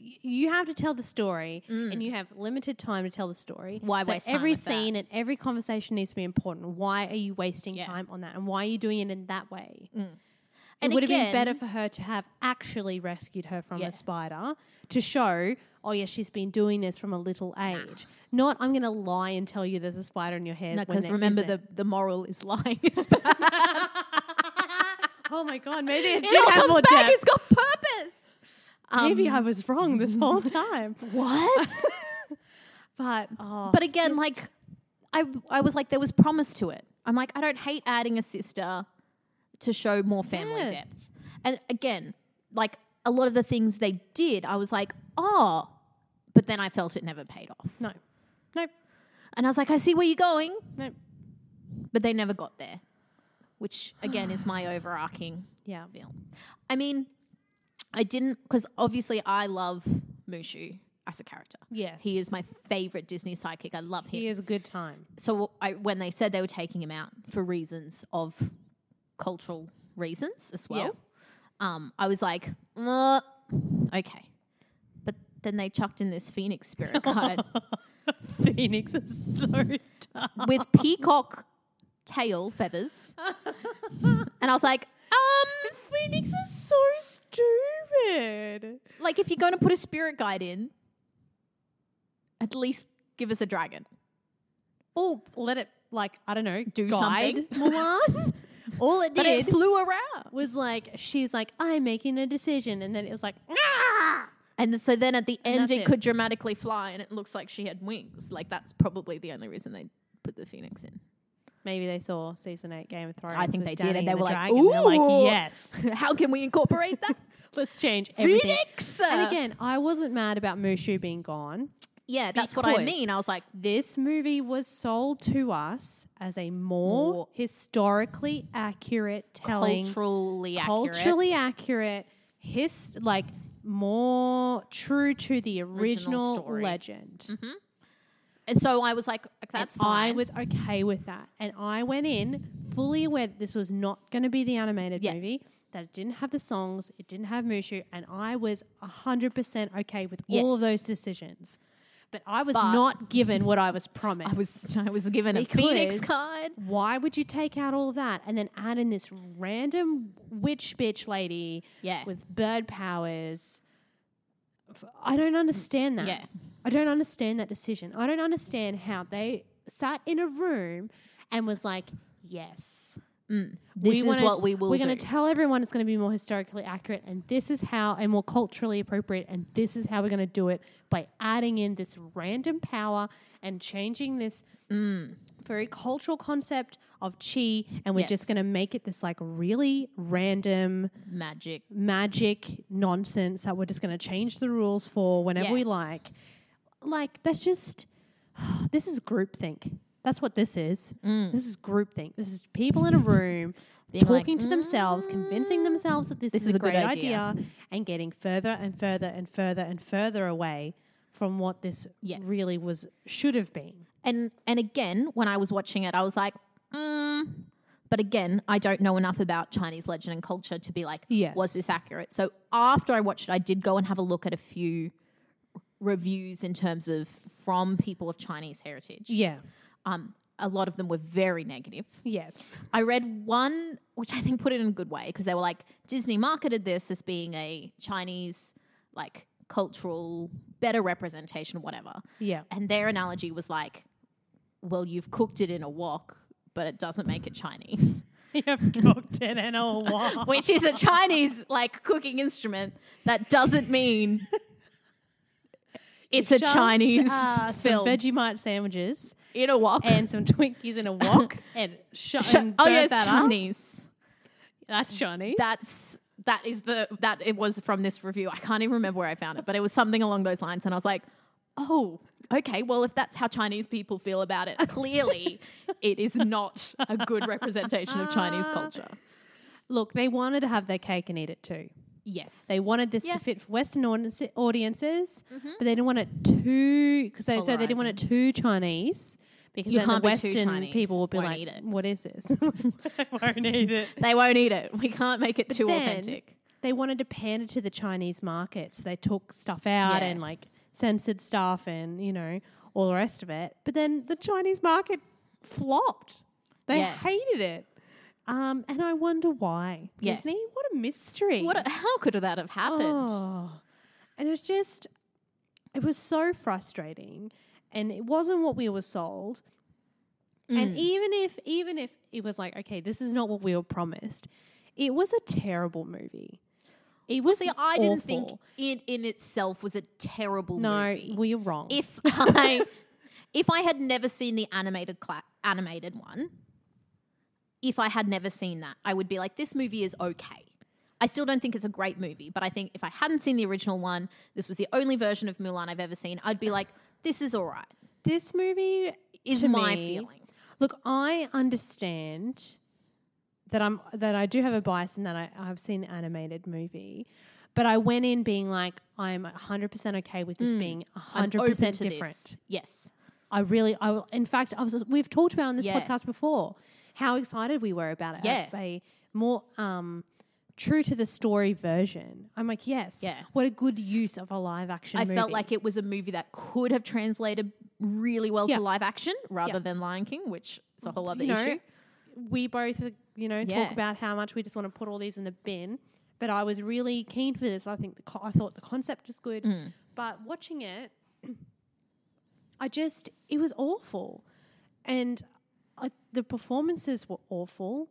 Speaker 3: y- you have to tell the story and you have limited time to tell the story.
Speaker 4: Mm. Why
Speaker 3: so
Speaker 4: waste time
Speaker 3: every
Speaker 4: with that?
Speaker 3: scene and every conversation needs to be important. Why are you wasting
Speaker 4: Yeah.
Speaker 3: time on that? And why are you doing it in that way?
Speaker 4: And
Speaker 3: it would have been
Speaker 4: again-
Speaker 3: better for her to have actually rescued her from
Speaker 4: Yeah.
Speaker 3: a spider to show, oh yeah, she's been doing this from a little age. Not I'm gonna lie and tell you there's a spider in your hair.
Speaker 4: no,
Speaker 3: when
Speaker 4: because
Speaker 3: there
Speaker 4: remember
Speaker 3: isn't."
Speaker 4: the, the moral is lying. [laughs] Is bad.
Speaker 3: Oh my
Speaker 4: [laughs]
Speaker 3: god, maybe it
Speaker 4: It
Speaker 3: did
Speaker 4: all
Speaker 3: have
Speaker 4: comes
Speaker 3: more
Speaker 4: back. um,
Speaker 3: depth.
Speaker 4: It's got purpose.
Speaker 3: maybe I was wrong
Speaker 4: [laughs]
Speaker 3: this whole time.
Speaker 4: What? [laughs]
Speaker 3: But oh,
Speaker 4: but again, like, I I was like, there was promise to it. I'm like, I don't hate adding a sister to show more family
Speaker 3: Yeah.
Speaker 4: depth. And again, like a lot of the things they did, I was like, oh, but then I felt it never paid off.
Speaker 3: no, nope,
Speaker 4: And I was like, I see where you're going,
Speaker 3: nope.
Speaker 4: but they never got there, which again is my overarching
Speaker 3: Yeah,
Speaker 4: film. I mean, I didn't because obviously I love Mushu as a character.
Speaker 3: Yes.
Speaker 4: he is my favorite Disney sidekick. I love him.
Speaker 3: he is a good time.
Speaker 4: So I, when they said they were taking him out for reasons of cultural reasons as well, um, I was like, uh, okay. But then they chucked in this phoenix
Speaker 3: [laughs]
Speaker 4: spirit guide
Speaker 3: Phoenix is so [laughs] tough.
Speaker 4: with peacock tail feathers, and I was like, um,
Speaker 3: Phoenix was so stupid.
Speaker 4: like if you're going to put a spirit guide in, at least give us a dragon.
Speaker 3: Oh, let it like I don't know, do
Speaker 4: something.
Speaker 3: [laughs] Mulan. All it
Speaker 4: But
Speaker 3: did
Speaker 4: it flew around,
Speaker 3: was like she's like I'm making a decision, and then it was like "Ah!"
Speaker 4: and th- so then at the end,
Speaker 3: that's
Speaker 4: it,
Speaker 3: it.
Speaker 4: could dramatically fly, and it looks like she had wings. Like that's probably the only reason they put the phoenix in.
Speaker 3: maybe they saw season eight Game of Thrones.
Speaker 4: I think
Speaker 3: with
Speaker 4: they did,
Speaker 3: Dany
Speaker 4: and they
Speaker 3: the
Speaker 4: were like,
Speaker 3: dragon, and they're
Speaker 4: "Ooh."
Speaker 3: like, yes,
Speaker 4: [laughs] How can we incorporate [laughs] that
Speaker 3: let's change everything.
Speaker 4: phoenix?
Speaker 3: And again, I wasn't mad about Mushu being gone.
Speaker 4: yeah, that's what I
Speaker 3: because-
Speaker 4: mean. I was like,
Speaker 3: This movie was sold to us as a more,
Speaker 4: More-
Speaker 3: historically accurate telling,
Speaker 4: culturally accurate.
Speaker 3: culturally accurate, his like more true to the original,
Speaker 4: story.
Speaker 3: legend.
Speaker 4: and so I was like, that's
Speaker 3: And
Speaker 4: fine.
Speaker 3: I was okay with that. And I went in fully aware that this was not going to be the animated
Speaker 4: Yeah.
Speaker 3: movie, that it didn't have the songs, it didn't have Mushu, and I was 100% okay with all of
Speaker 4: Yes.
Speaker 3: those decisions. But I was
Speaker 4: But-
Speaker 3: not given what I was promised.
Speaker 4: I was I was given a phoenix
Speaker 3: Because-
Speaker 4: card.
Speaker 3: Why would you take out all of that and then add in this random witch bitch lady
Speaker 4: Yeah.
Speaker 3: with bird powers? F- I don't understand that.
Speaker 4: Yeah.
Speaker 3: I don't understand that decision. I don't understand how they sat in a room and was like, yes.
Speaker 4: This is
Speaker 3: wanna-
Speaker 4: what we will.
Speaker 3: We're
Speaker 4: do.
Speaker 3: gonna tell everyone it's going to be more historically accurate, and this is how, and more culturally appropriate, and this is how we're going to do it by adding in this random power and changing this
Speaker 4: Mm.
Speaker 3: very cultural concept of chi, and we're
Speaker 4: Yes.
Speaker 3: just going to make it this like really random
Speaker 4: magic.
Speaker 3: magic nonsense that we're just going to change the rules for whenever
Speaker 4: Yeah.
Speaker 3: we like. Like that's just [sighs] this is groupthink. That's what this is. This is groupthink. This is people in a [laughs] room
Speaker 4: Being like,
Speaker 3: talking to themselves, convincing themselves that "Mm, this, is, a
Speaker 4: good
Speaker 3: great
Speaker 4: idea."
Speaker 3: idea. and getting further and further and further and further away from what this
Speaker 4: Yes.
Speaker 3: really was should have been.
Speaker 4: And and again, when I was watching it, I was like, mm. but again, I don't know enough about Chinese legend and culture to be like,
Speaker 3: Yes.
Speaker 4: was this accurate? So after I watched it, I did go and have a look at a few reviews in terms of from people of Chinese heritage.
Speaker 3: Yeah.
Speaker 4: Um, a lot of them were very negative.
Speaker 3: Yes.
Speaker 4: I read one, which I think put it in a good way because they were like, Disney marketed this as being a Chinese, like, cultural, better representation, whatever.
Speaker 3: [laughs] Yeah.
Speaker 4: And their analogy was like, well, you've cooked it in a wok, but it doesn't make it Chinese. [laughs]
Speaker 3: you have cooked it in [laughs] a wok.
Speaker 4: which is a Chinese like cooking instrument that doesn't mean it's a
Speaker 3: Shoved,
Speaker 4: Chinese
Speaker 3: uh,
Speaker 4: film
Speaker 3: Some Vegemite sandwiches
Speaker 4: in a wok. [laughs]
Speaker 3: and some Twinkies in a [laughs] wok and shut
Speaker 4: Sh-
Speaker 3: and
Speaker 4: oh
Speaker 3: burnt
Speaker 4: yeah, it's
Speaker 3: that up.
Speaker 4: Chinese.
Speaker 3: That's Chinese.
Speaker 4: That's that is the that it was from this review. I can't even remember where I found it, but it was something along those lines, and I was like, oh. Okay, well, if that's how Chinese people feel about it,
Speaker 3: [laughs]
Speaker 4: clearly it is not a good representation of Chinese culture.
Speaker 3: Look, they wanted to have their cake and eat it too.
Speaker 4: Yes.
Speaker 3: They wanted this
Speaker 4: Yeah.
Speaker 3: to fit for Western audience- audiences, but they didn't want it too because they so they didn't want it too Chinese because
Speaker 4: You
Speaker 3: then
Speaker 4: can't
Speaker 3: the
Speaker 4: be too
Speaker 3: Western
Speaker 4: Chinese.
Speaker 3: people would be
Speaker 4: Won't
Speaker 3: like,
Speaker 4: eat it.
Speaker 3: "What is this? I [laughs] won't eat it."
Speaker 4: They won't eat it. We can't make it too
Speaker 3: then-
Speaker 4: authentic.
Speaker 3: They wanted to pander to the Chinese market, so they took stuff out
Speaker 4: Yeah.
Speaker 3: and like censored stuff and you know all the rest of it. But then the Chinese market flopped. They
Speaker 4: Yeah.
Speaker 3: hated it, um, and I wonder why.
Speaker 4: Yeah.
Speaker 3: Disney, what a mystery!
Speaker 4: What? How could that have happened?
Speaker 3: Oh. And it was just, it was so frustrating. And it wasn't what we were sold.
Speaker 4: Mm.
Speaker 3: And even if, even if it was like, okay, this is not what we were promised, it was a terrible movie. It was.
Speaker 4: See, I didn't think
Speaker 3: awful.
Speaker 4: it in itself was a terrible
Speaker 3: No,
Speaker 4: movie.
Speaker 3: well, you're wrong.
Speaker 4: if [laughs] I if I had never seen the animated cla- animated one, if I had never seen that, I would be like, this movie is okay. I still don't think it's a great movie, but I think if I hadn't seen the original one, this was the only version of Mulan I've ever seen,
Speaker 3: [sighs]
Speaker 4: I'd be like, this is all right.
Speaker 3: this movie
Speaker 4: Is
Speaker 3: to
Speaker 4: my
Speaker 3: me-
Speaker 4: feeling.
Speaker 3: Look, I understand that I'm that I do have a bias in that I, I've seen the animated movie, but I went in being like, I'm 100 percent okay with this being
Speaker 4: Hmm. I'm
Speaker 3: 100
Speaker 4: open
Speaker 3: percent
Speaker 4: to this.
Speaker 3: different.
Speaker 4: Yes.
Speaker 3: I really, I will- in fact, I was. We've talked about on this
Speaker 4: Yeah.
Speaker 3: podcast before how excited we were about it.
Speaker 4: Yeah.
Speaker 3: a, a more um, true to the story version. I'm like, yes,
Speaker 4: Yeah.
Speaker 3: What a good use of a live action.
Speaker 4: I
Speaker 3: movie.
Speaker 4: felt like it was a movie that could have translated really well
Speaker 3: Yeah.
Speaker 4: to live action rather
Speaker 3: Yeah.
Speaker 4: than Lion King, which is a whole other
Speaker 3: you know,
Speaker 4: issue.
Speaker 3: we both, uh, you know,
Speaker 4: Yeah.
Speaker 3: talk about how much we just want to put all these in the bin. But I was really keen for this. I think the co- I thought the concept was good, but watching it, [clears throat] I just it was awful, and I, the performances were awful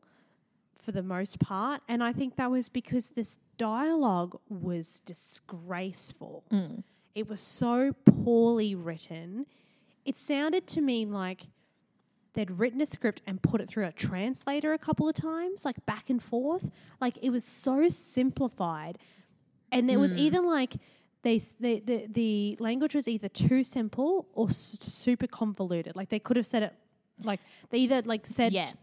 Speaker 3: for the most part. And I think that was because this dialogue was disgraceful. It was so poorly written. It sounded to me like they'd written a script and put it through a translator a couple of times, like back and forth. Like it was so simplified, and it was
Speaker 4: Hmm.
Speaker 3: either like they, s- the the the language was either too simple or s- super convoluted. Like they could have said it, like they either like said
Speaker 4: Yeah. Oh.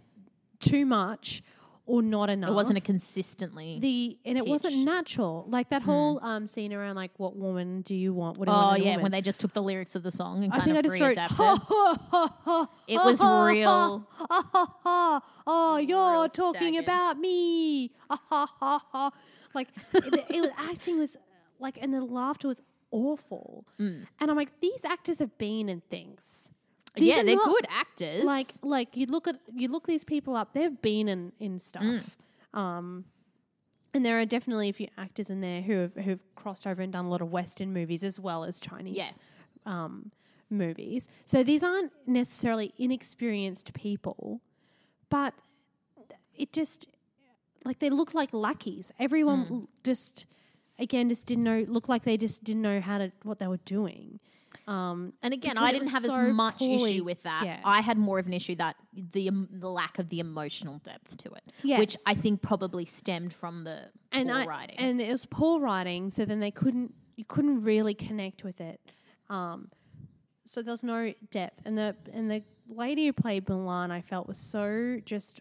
Speaker 3: too much or not enough.
Speaker 4: It wasn't a consistently.
Speaker 3: the and it wasn't
Speaker 4: pitch.
Speaker 3: natural. Like that whole um scene around like what woman do you want? What do you
Speaker 4: oh
Speaker 3: want in a
Speaker 4: yeah,
Speaker 3: woman?
Speaker 4: when they just took the lyrics of the song and
Speaker 3: I
Speaker 4: kind
Speaker 3: think I
Speaker 4: of
Speaker 3: just wrote.
Speaker 4: readapted.
Speaker 3: "Ha, ha, ha, ha,
Speaker 4: It
Speaker 3: ha,
Speaker 4: was
Speaker 3: ha,
Speaker 4: real.
Speaker 3: ha, ha, ha, ha. Oh, you're
Speaker 4: Real
Speaker 3: talking
Speaker 4: staggered.
Speaker 3: about me. Ah, ha, ha, ha. Like it, it was acting was like, and the laughter was awful. And I'm like, these actors have been in things. These
Speaker 4: yeah,
Speaker 3: are
Speaker 4: they're
Speaker 3: not-
Speaker 4: good actors.
Speaker 3: Like, like you look at you look these people up. They've been in in stuff. Um, and there are definitely a few actors in there who have who've crossed over and done a lot of Western movies as well as Chinese
Speaker 4: Yeah.
Speaker 3: um, movies. So these aren't necessarily inexperienced people, but it just like they looked like lackeys. Everyone l- just again just didn't know looked like they just didn't know how to what they were doing. Um,
Speaker 4: and again,
Speaker 3: because
Speaker 4: I
Speaker 3: it
Speaker 4: didn't
Speaker 3: was
Speaker 4: have
Speaker 3: so
Speaker 4: as much
Speaker 3: poorly-
Speaker 4: issue with that.
Speaker 3: yeah.
Speaker 4: I had more of an issue that the um, the lack of the emotional depth to it, which I
Speaker 3: Yes.
Speaker 4: think probably stemmed from the
Speaker 3: and
Speaker 4: poor
Speaker 3: I-
Speaker 4: writing.
Speaker 3: and it was poor writing. So then they couldn't, you couldn't really connect with it. Um, so there was no depth, and the and the lady who played Milan, I felt was so just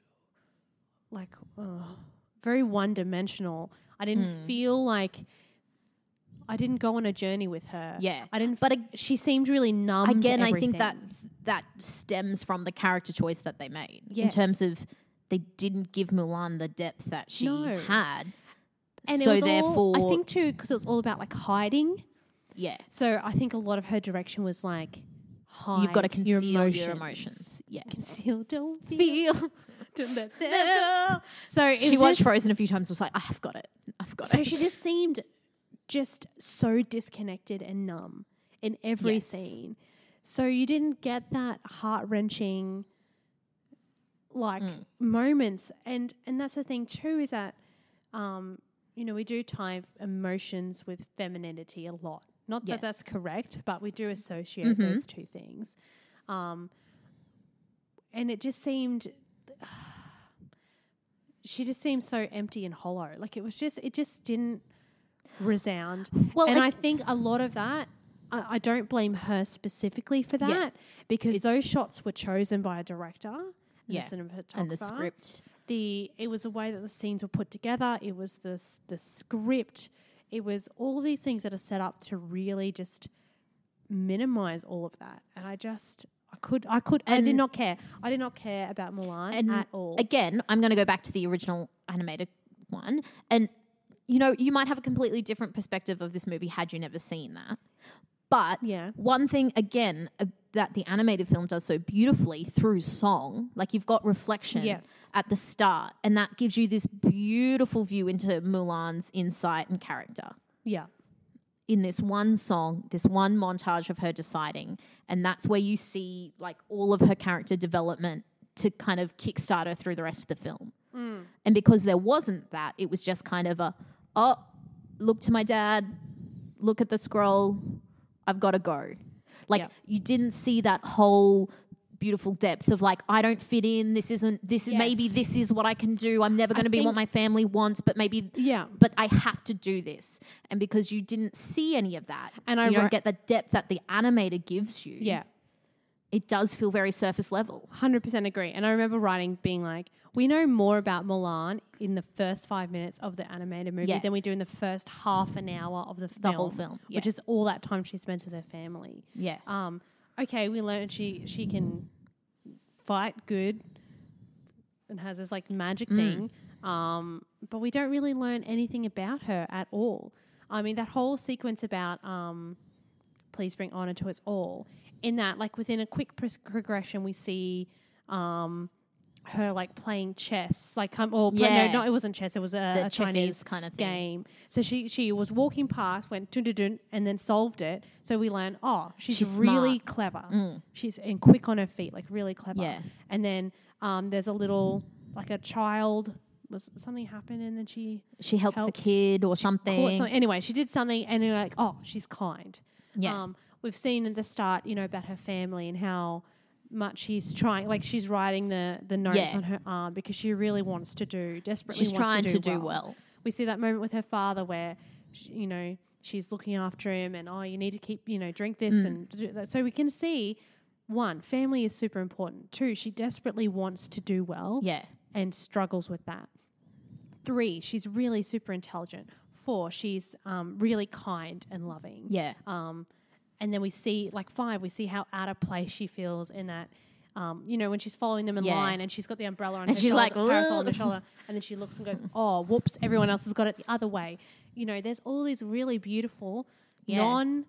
Speaker 3: like ugh, very one dimensional. I didn't
Speaker 4: Hmm.
Speaker 3: feel like I didn't go on a journey with her.
Speaker 4: Yeah.
Speaker 3: I didn't.
Speaker 4: But
Speaker 3: But
Speaker 4: ag-
Speaker 3: she seemed really numb. to
Speaker 4: again, I think
Speaker 3: everything.
Speaker 4: that that stems from the character choice that they made in
Speaker 3: Yes.
Speaker 4: terms of they didn't give Mulan the depth that she
Speaker 3: No.
Speaker 4: had,
Speaker 3: and
Speaker 4: so
Speaker 3: it was
Speaker 4: therefore,
Speaker 3: all, I think too, because it was all about like hiding.
Speaker 4: yeah,
Speaker 3: So I think a lot of her direction was like hide.
Speaker 4: you've got to conceal your emotions.
Speaker 3: emotions.
Speaker 4: Yeah,
Speaker 3: [laughs] Conceal, don't
Speaker 4: feel. [laughs]
Speaker 3: Don't let them go. So it
Speaker 4: She
Speaker 3: was
Speaker 4: watched
Speaker 3: just-
Speaker 4: Frozen a few times. Was like, "Ah, I've got it. I've got it.
Speaker 3: So she just seemed just so disconnected and numb in every
Speaker 4: Yes.
Speaker 3: scene. So you didn't get that heart wrenching like moments and and that's the thing too is that um you know we do tie emotions with femininity a lot not that that's correct but we do associate those two things um and it just seemed she just seemed so empty and hollow like it was just it just didn't resound
Speaker 4: Well,
Speaker 3: and
Speaker 4: I-
Speaker 3: I think a lot of that, I, I don't blame her specifically for that because those shots were chosen by a director and
Speaker 4: Yeah.
Speaker 3: a cinematographer.
Speaker 4: and the script.
Speaker 3: The it was the way that the scenes were put together. It was the s- the script. It was all these things that are set up to really just minimize all of that. And I just. I could, I could, I did
Speaker 4: And-
Speaker 3: not care. I did not care about Mulan
Speaker 4: and
Speaker 3: at all.
Speaker 4: Again, I'm going to go back to the original animated one, and you know, you might have a completely different perspective of this movie had you never seen that. But
Speaker 3: Yeah.
Speaker 4: one thing again uh, that the animated film does so beautifully through song, like you've got reflection
Speaker 3: Yes.
Speaker 4: at the start, and that gives you this beautiful view into Mulan's insight and character
Speaker 3: yeah,
Speaker 4: in this one song, this one montage of her deciding. And that's where you see like all of her character development to kind of kickstart her through the rest of the film.
Speaker 3: Mm.
Speaker 4: And because there wasn't that, it was just kind of a, oh, look to my dad, look at the scroll, I've got to go. Like
Speaker 3: Yep.
Speaker 4: you didn't see that whole beautiful depth of like I don't fit in this isn't this is maybe
Speaker 3: Yes.
Speaker 4: this is what I can do I'm never going to be what
Speaker 3: think-
Speaker 4: my family wants but maybe
Speaker 3: yeah.
Speaker 4: but I have to do this. And because you didn't see any of that,
Speaker 3: And
Speaker 4: and
Speaker 3: I
Speaker 4: you
Speaker 3: ri-
Speaker 4: don't get the depth that the animator gives you,
Speaker 3: Yeah,
Speaker 4: it does feel very surface level.
Speaker 3: Hundred percent agree. And I remember writing, being like, "We know more about Milan in the first five minutes of the animated movie
Speaker 4: Yeah.
Speaker 3: than we do in the first half an hour of the film,
Speaker 4: The whole film,
Speaker 3: which
Speaker 4: yeah.
Speaker 3: is all that time she spends with her family."
Speaker 4: Yeah.
Speaker 3: Um, okay, we learned she she can fight good and has this like magic
Speaker 4: Mm.
Speaker 3: thing, um, but we don't really learn anything about her at all. I mean, that whole sequence about um, please bring honor to us all. In that, like within a quick pres- progression, we see um, her like playing chess, like um, or pla-
Speaker 4: Yeah.
Speaker 3: no, no, it wasn't chess. It was a,
Speaker 4: The
Speaker 3: a Chinese
Speaker 4: checkers kind of thing.
Speaker 3: game. So she she was walking past, went dun dun dun, and then solved it. So we learn, oh, she's,
Speaker 4: She's Mm.
Speaker 3: really clever. She's and quick on her feet, like really clever.
Speaker 4: Yeah.
Speaker 3: And then um, there's a little like a child. Was something happened and then she
Speaker 4: She helps
Speaker 3: Helped.
Speaker 4: the kid or
Speaker 3: caught
Speaker 4: something.
Speaker 3: something. Anyway, she did something, and you're like, oh, she's kind.
Speaker 4: Yeah.
Speaker 3: Um, we've seen at the start, you know, about her family and how much she's trying. Like she's writing the the notes
Speaker 4: Yeah.
Speaker 3: on her arm because she really wants to do desperately.
Speaker 4: She's
Speaker 3: wants
Speaker 4: trying
Speaker 3: to do, well.
Speaker 4: well.
Speaker 3: We see that moment with her father where, sh you know, she's looking after him, and oh, you need to keep, you know, drink this
Speaker 4: Mm.
Speaker 3: and do that. So we can see. One, family is super important. Two, she desperately wants to do well
Speaker 4: Yeah.
Speaker 3: and struggles with that. Three, she's really super intelligent. Four, she's um, really kind and loving.
Speaker 4: Yeah.
Speaker 3: Um, and then we see, like five, we see how out of place she feels in that, um, you know, when she's following them in
Speaker 4: Yeah.
Speaker 3: line and she's got the umbrella on
Speaker 4: And
Speaker 3: her
Speaker 4: she's
Speaker 3: shoulder,
Speaker 4: like,
Speaker 3: parasol on her
Speaker 4: "Ugh."
Speaker 3: shoulder, and then she looks and goes, oh, whoops, everyone else has got it the other way. You know, there's all these really beautiful,
Speaker 4: Yeah.
Speaker 3: non,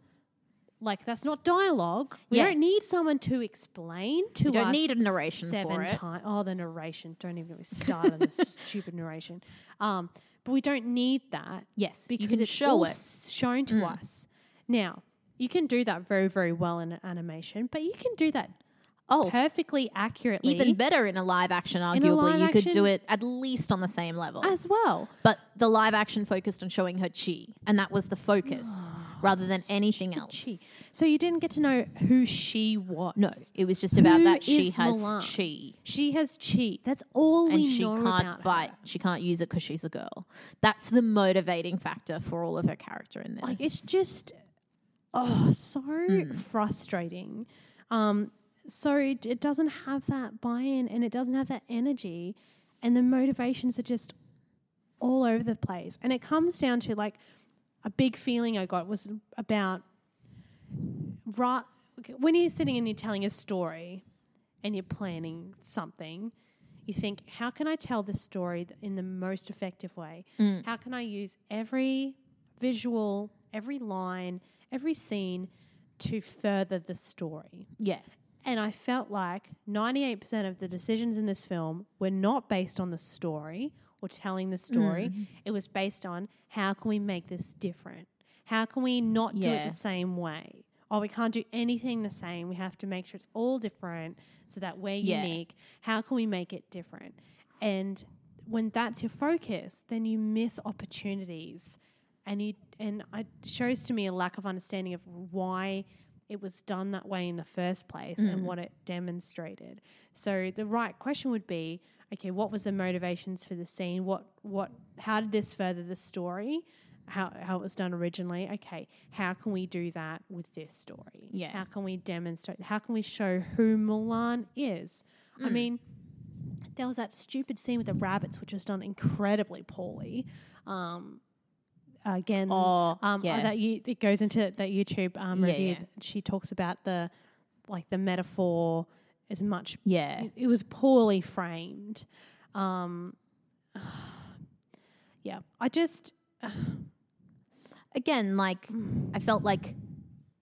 Speaker 3: like that's not dialogue. We
Speaker 4: Yeah.
Speaker 3: don't need someone to explain to
Speaker 4: You don't
Speaker 3: us
Speaker 4: need a narration
Speaker 3: seven
Speaker 4: for it.
Speaker 3: times. Oh, the narration. Don't even get me started on
Speaker 4: [laughs]
Speaker 3: this stupid narration. Um, but we don't need that.
Speaker 4: Yes, you
Speaker 3: because
Speaker 4: can
Speaker 3: it's
Speaker 4: show
Speaker 3: all
Speaker 4: it. Mm.
Speaker 3: s- shown to us. Now you can do that very, very well in an animation, but you can do that
Speaker 4: Oh,
Speaker 3: perfectly accurately
Speaker 4: even better in a live action, arguably.
Speaker 3: In a live
Speaker 4: you could
Speaker 3: action-
Speaker 4: do it at least on the same level.
Speaker 3: as well.
Speaker 4: but the live action focused on showing her chi, and that was the focus rather than anything else.
Speaker 3: Ah, She. So you didn't get to know who she was.
Speaker 4: No, it was just about
Speaker 3: Who
Speaker 4: that she
Speaker 3: is
Speaker 4: has
Speaker 3: Milan?
Speaker 4: chi.
Speaker 3: She has chi. That's all
Speaker 4: and
Speaker 3: we
Speaker 4: she
Speaker 3: know
Speaker 4: can't
Speaker 3: about
Speaker 4: fight.
Speaker 3: her.
Speaker 4: She can't use it because she's a girl. That's the motivating factor for all of her character in this.
Speaker 3: Like it's just oh so frustrating. Um, so it, it doesn't have that buy-in and it doesn't have that energy, and the motivations are just all over the place. And it comes down to like a big feeling I got was about right when you're sitting and you're telling a story and you're planning something. You think, how can I tell this story th- in the most effective way? How can I use every visual, every line, every scene to further the story?
Speaker 4: yeah,
Speaker 3: And I felt like 98% of the decisions in this film were not based on the story or telling the story.
Speaker 4: Mm.
Speaker 3: It was based on how can we make this different? How can we not do it
Speaker 4: Yeah.
Speaker 3: the same way? oh, we can't do anything the same. We have to make sure it's all different so that we're
Speaker 4: Yeah.
Speaker 3: unique. How can we make it different? And when that's your focus, then you miss opportunities. And you and I- it shows to me a lack of understanding of why it was done that way in the first place and what it demonstrated. So the right question would be, okay, what was the motivations for the scene? What what how did this further the story? How how it was done originally? Okay, how can we do that with this story?
Speaker 4: Yeah.
Speaker 3: How can we demonstrate how can we show who Mulan is? I mean, there was that stupid scene with the rabbits which was done incredibly poorly. Um again
Speaker 4: Oh,
Speaker 3: um,
Speaker 4: yeah.
Speaker 3: that you, it goes into that YouTube um,
Speaker 4: Yeah,
Speaker 3: review.
Speaker 4: yeah.
Speaker 3: She talks about the like the metaphor as much.
Speaker 4: yeah.
Speaker 3: It, it was poorly framed. Um, [sighs] yeah, I just
Speaker 4: Again, like I felt
Speaker 3: Mm.
Speaker 4: like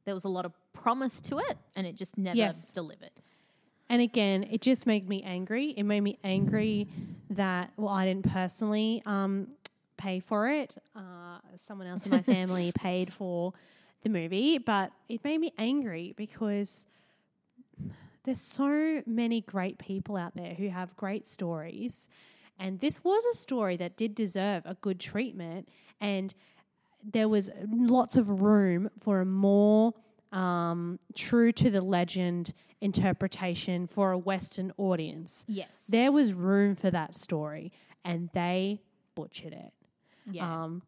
Speaker 4: there was a lot of promise to it, and it just never
Speaker 3: Yes.
Speaker 4: delivered.
Speaker 3: and again, it just made me angry. It made me angry that well, I didn't personally um, pay for it. Uh, someone else in my family paid for the movie, but it made me angry because there's so many great people out there who have great stories. And this was a story that did deserve a good treatment. And there was lots of room for a more um, true to the legend interpretation for a Western audience.
Speaker 4: Yes.
Speaker 3: There was room for that story, and they butchered it.
Speaker 4: yeah.
Speaker 3: Um,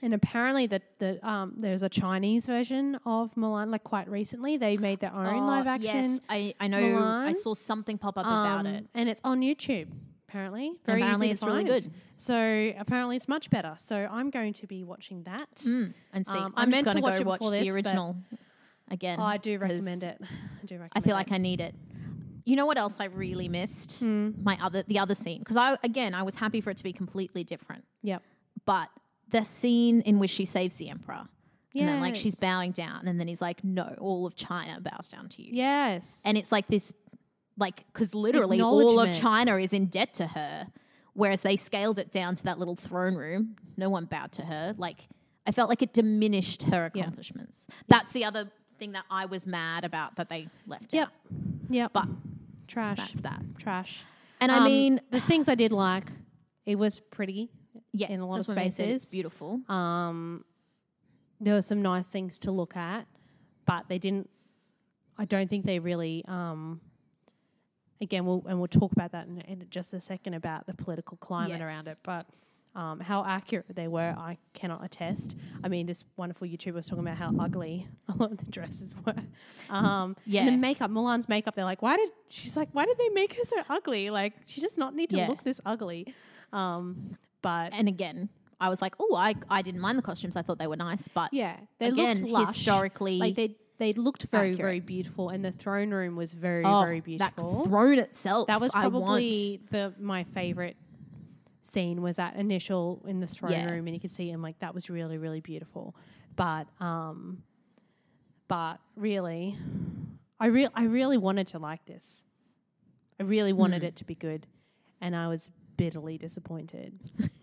Speaker 3: and apparently, that the, um, there's a Chinese version of Milan, like quite recently. They made their own
Speaker 4: Oh,
Speaker 3: live action.
Speaker 4: Yes, I, I know. I
Speaker 3: Milan.
Speaker 4: saw something pop up about
Speaker 3: Um,
Speaker 4: it.
Speaker 3: And it's on YouTube, apparently. Very
Speaker 4: Apparently
Speaker 3: easy
Speaker 4: it's
Speaker 3: to
Speaker 4: really
Speaker 3: find.
Speaker 4: good.
Speaker 3: So apparently it's much better. So I'm going to be watching that.
Speaker 4: Mm, and see,
Speaker 3: um, I
Speaker 4: I'm just
Speaker 3: meant to
Speaker 4: going to
Speaker 3: watch
Speaker 4: go
Speaker 3: it
Speaker 4: watch
Speaker 3: before this,
Speaker 4: the
Speaker 3: but Oh,
Speaker 4: original again.
Speaker 3: I do
Speaker 4: 'cause
Speaker 3: recommend it. I do recommend
Speaker 4: I feel
Speaker 3: it.
Speaker 4: like I need it. You know what else I really missed?
Speaker 3: Hmm.
Speaker 4: My other the other scene because I again I was happy for it to be completely different,
Speaker 3: Yep.
Speaker 4: but the scene in which she saves the emperor and then like she's
Speaker 3: Yes.
Speaker 4: bowing down and then he's like, no, all of China bows down to you.
Speaker 3: Yes.
Speaker 4: And it's like this, like, because literally all of
Speaker 3: Acknowledgement.
Speaker 4: China is in debt to her. Whereas they scaled it down to that little throne room. No one bowed to her. Like, I felt like it diminished her accomplishments. That's the other thing that I was mad about that they left
Speaker 3: Yep.
Speaker 4: out.
Speaker 3: Yep.
Speaker 4: But
Speaker 3: trash.
Speaker 4: that's that.
Speaker 3: Trash.
Speaker 4: And I
Speaker 3: Um,
Speaker 4: mean,
Speaker 3: the things I did like, it was pretty.
Speaker 4: yeah,
Speaker 3: in a lot
Speaker 4: that's
Speaker 3: of
Speaker 4: what makes it- it's
Speaker 3: spaces.
Speaker 4: beautiful.
Speaker 3: Um, there were some nice things to look at, but they didn't. I don't think they really. Um, again, we'll and we'll talk about that in, in just a second about the political climate
Speaker 4: Yes.
Speaker 3: around it, but. Um, how accurate they were, I cannot attest. I mean, this wonderful YouTuber was talking about how ugly [laughs] a lot of the dresses were. Um,
Speaker 4: Yeah.
Speaker 3: And the makeup, Milan's makeup, they're like, why did, she's like, why did they make her so ugly? Like, she does not need to
Speaker 4: Yeah.
Speaker 3: look this ugly. Um, but
Speaker 4: and again, I was like, oh, I, I didn't mind the costumes. I thought they were nice, but
Speaker 3: Yeah, they
Speaker 4: again,
Speaker 3: looked lush.
Speaker 4: historically
Speaker 3: like they they looked very
Speaker 4: accurate.
Speaker 3: very beautiful, and the throne room was very
Speaker 4: oh,
Speaker 3: very beautiful.
Speaker 4: That throne itself.
Speaker 3: that was
Speaker 4: I want.
Speaker 3: probably the my favorite scene was that initial in the throne
Speaker 4: Yeah.
Speaker 3: room, and you could see him like that was really really beautiful. But um, but really, I real I really wanted to like this. I really
Speaker 4: Hmm.
Speaker 3: wanted it to be good, and I was bitterly
Speaker 4: [laughs]
Speaker 3: disappointed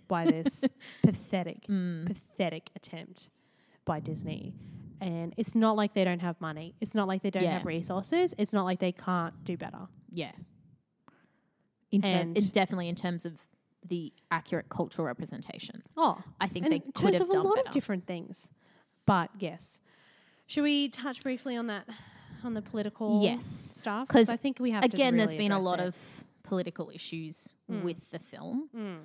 Speaker 3: by this pathetic,
Speaker 4: Hmm.
Speaker 3: pathetic attempt by Disney. And it's not like they don't have money. It's not like they don't
Speaker 4: Yeah.
Speaker 3: have resources. It's not like they can't do better.
Speaker 4: Yeah. In ter-
Speaker 3: And-
Speaker 4: in- definitely in terms of the accurate cultural representation.
Speaker 3: Oh,
Speaker 4: I think
Speaker 3: and
Speaker 4: they
Speaker 3: in
Speaker 4: could
Speaker 3: terms
Speaker 4: have
Speaker 3: of a
Speaker 4: done
Speaker 3: lot
Speaker 4: better.
Speaker 3: of different things. But yes, should we touch briefly on that on the political
Speaker 4: Yes.
Speaker 3: stuff?
Speaker 4: 'Because
Speaker 3: I think we have
Speaker 4: Again,
Speaker 3: to
Speaker 4: there's
Speaker 3: really
Speaker 4: been a
Speaker 3: address
Speaker 4: lot
Speaker 3: it. Hmm.
Speaker 4: of political issues with the film